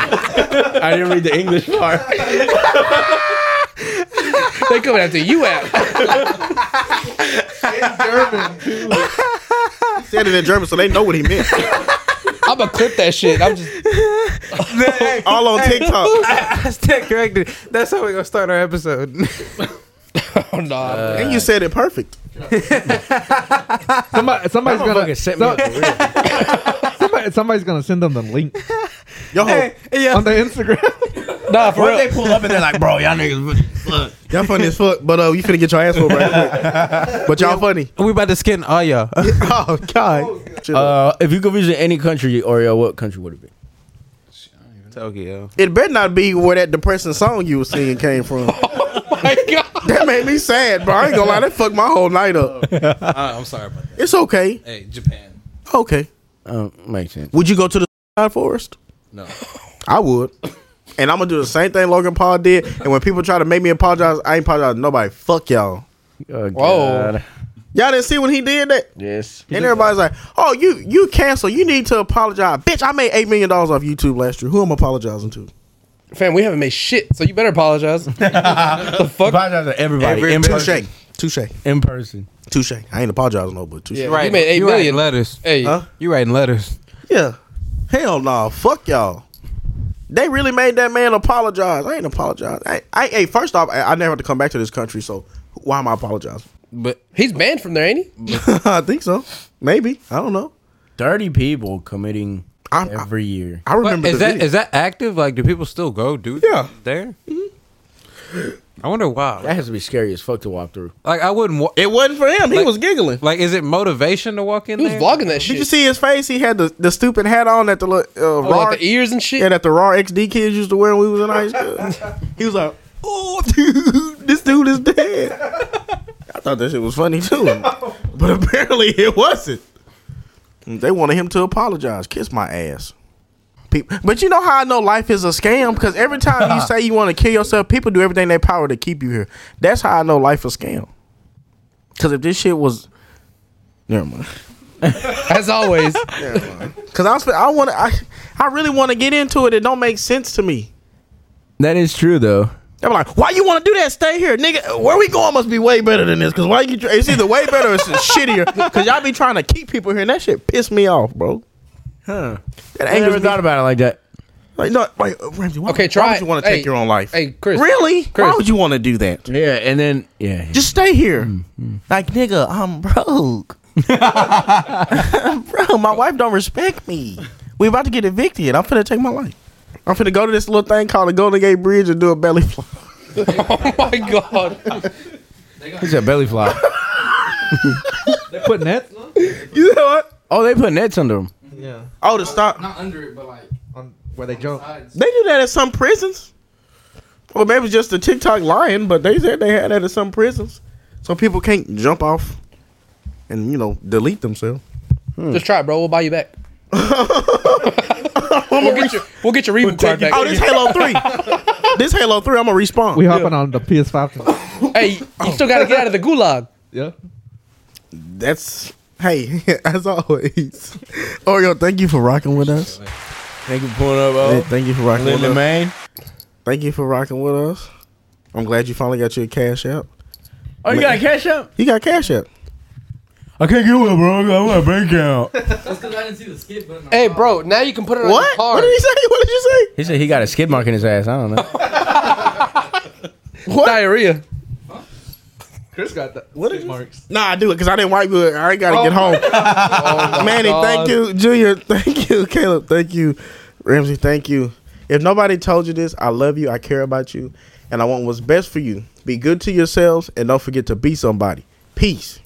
I didn't read the English part.
they coming after you out.
said it in German, so they know what he meant.
I'm gonna clip that shit. I'm just
All on TikTok.
I stand corrected. That's how we gonna start our episode.
oh no.
And you said it perfect.
Somebody, somebody's gonna
set
so- somebody, somebody's gonna send them the link
Yo,
on the Instagram.
nah, for
Bro, they
real.
pull up and they're like, bro, y'all niggas. look."
y'all funny as fuck, but uh, you finna get your ass whooped right quick. But y'all funny.
we about to skin all y'all.
Oh God. Chill.
Uh, if you could visit any country, Oreo, what country would it be?
Tokyo.
it better not be where that depressing song you were singing came from.
Oh My God.
That made me sad, bro. I ain't gonna lie. That fucked my whole night up.
Uh, I, am sorry about that.
It's okay.
Hey, Japan.
Okay.
Um, makes sense.
Would you go to the side forest?
No.
I would. And I'm gonna do the same thing Logan Paul did. And when people try to make me apologize, I ain't apologize to nobody. Fuck y'all.
Oh,
Whoa. Y'all didn't see when he did that?
Yes.
And everybody's like, "Oh, you you cancel. You need to apologize, bitch. I made eight million dollars off YouTube last year. Who am I apologizing to?
Fam, we haven't made shit, so you better apologize. the fuck?
Apologize to everybody.
Every-
in
touche,
person.
touche,
In person.
touche. I ain't apologizing no, but touche.
Yeah, You made eight
you
million.
writing letters.
Hey,
Huh?
You writing letters.
Yeah. Hell no. Fuck y'all. They really made that man apologize. I ain't apologize. I, I hey, first off, I, I never have to come back to this country, so why am I apologizing?
But
he's banned from there, ain't he?
I think so. Maybe. I don't know.
Thirty people committing
I'm-
every year.
I remember
But is
the
that
video.
is that active? Like, do people still go do
Yeah.
there? I wonder why.
That has to be scary as fuck to walk through.
Like, I wouldn't. Wa-
it wasn't for him. He
Like-
was giggling.
like, is it motivation to walk in?
He was
there?
vlogging that
Did you
shit.
see his face? He had the, the stupid hat on that the li- uh,
Oh,
raw,
like the ears and shit.
yeah, that the raw XD kids used to wear when we was in high school. he was like, "Oh, dude, this dude is dead." I thought that shit was funny too, but apparently it wasn't. They wanted him to apologize. Kiss my ass. Peop- But you know how I know life is a scam because every time you say you want to kill yourself, people do everything in their power to keep you here. That's how I know life is a scam. Because if this shit was, never mind.
As always.
Cause I was, I want to, I, I really want to get into it. It don't make sense to me.
That is true though.
I'm like, why you want to do that? Stay here, nigga. Where we going must be way better than this. Cause why you? tr- It's either way better or it's shittier. Cause y'all be trying to keep people here, and that shit pissed me off, bro.
Huh.
That
I never
angers me.
thought about it like that.
Like, no, like, uh, Ramsey, why,
Okay,
okay,
try
why would you
it.
want to
Hey,
take your own life?
hey, Chris.
really?
Chris.
Why would you want to do that?
Yeah, and then yeah.
Just stay here,
Like nigga, I'm broke.
bro. My wife don't respect me. We about to get evicted. I'm finna take my life. I'm finna go to this little thing called the Golden Gate Bridge and do a belly flop.
oh my god.
It's a belly flop.
Put net.
You know what?
oh, they put nets under them.
Yeah.
Oh, to stop.
Not under it, but like
On where they jump.
sides.
They do that at some prisons. Or maybe just the TikTok lying, but they said they had that at some prisons. So people can't jump off and, you know, delete themselves. Hmm.
Just try it, bro. We'll buy you back. we'll get your we'll get your reboot card back.
Oh, this Halo 3. this Halo 3, I'm going to respawn.
We hopping on the PS5. tonight.
hey, you still gotta get out of the gulag.
yeah.
That's, hey, as always. Oreo, thank you for rocking with us.
Thank you for pulling up.
Hey,
Oh.
thank you for rocking with
Linda
us.
Main.
Thank you for rocking with us. I'm glad you finally got your cash out.
Oh, you got a cash up?
You got cash out.
I can't get one, bro. I got a breakout.
That's because I didn't see the skip button.
Hey, bro, now you can put it on your
What? What
card.
did he say? What did you
he said he got a skid mark in his ass. I don't know.
Diarrhea.
Chris got that.
What is
marks?
say? Nah, I do it because I didn't wipe good. I ain't got to get home. Manny, thank you. Junior, thank you. Caleb, thank you. Ramsey, thank you. If nobody told you this, I love you. I care about you. And I want what's best for you. Be good to yourselves and don't forget to be somebody. Peace.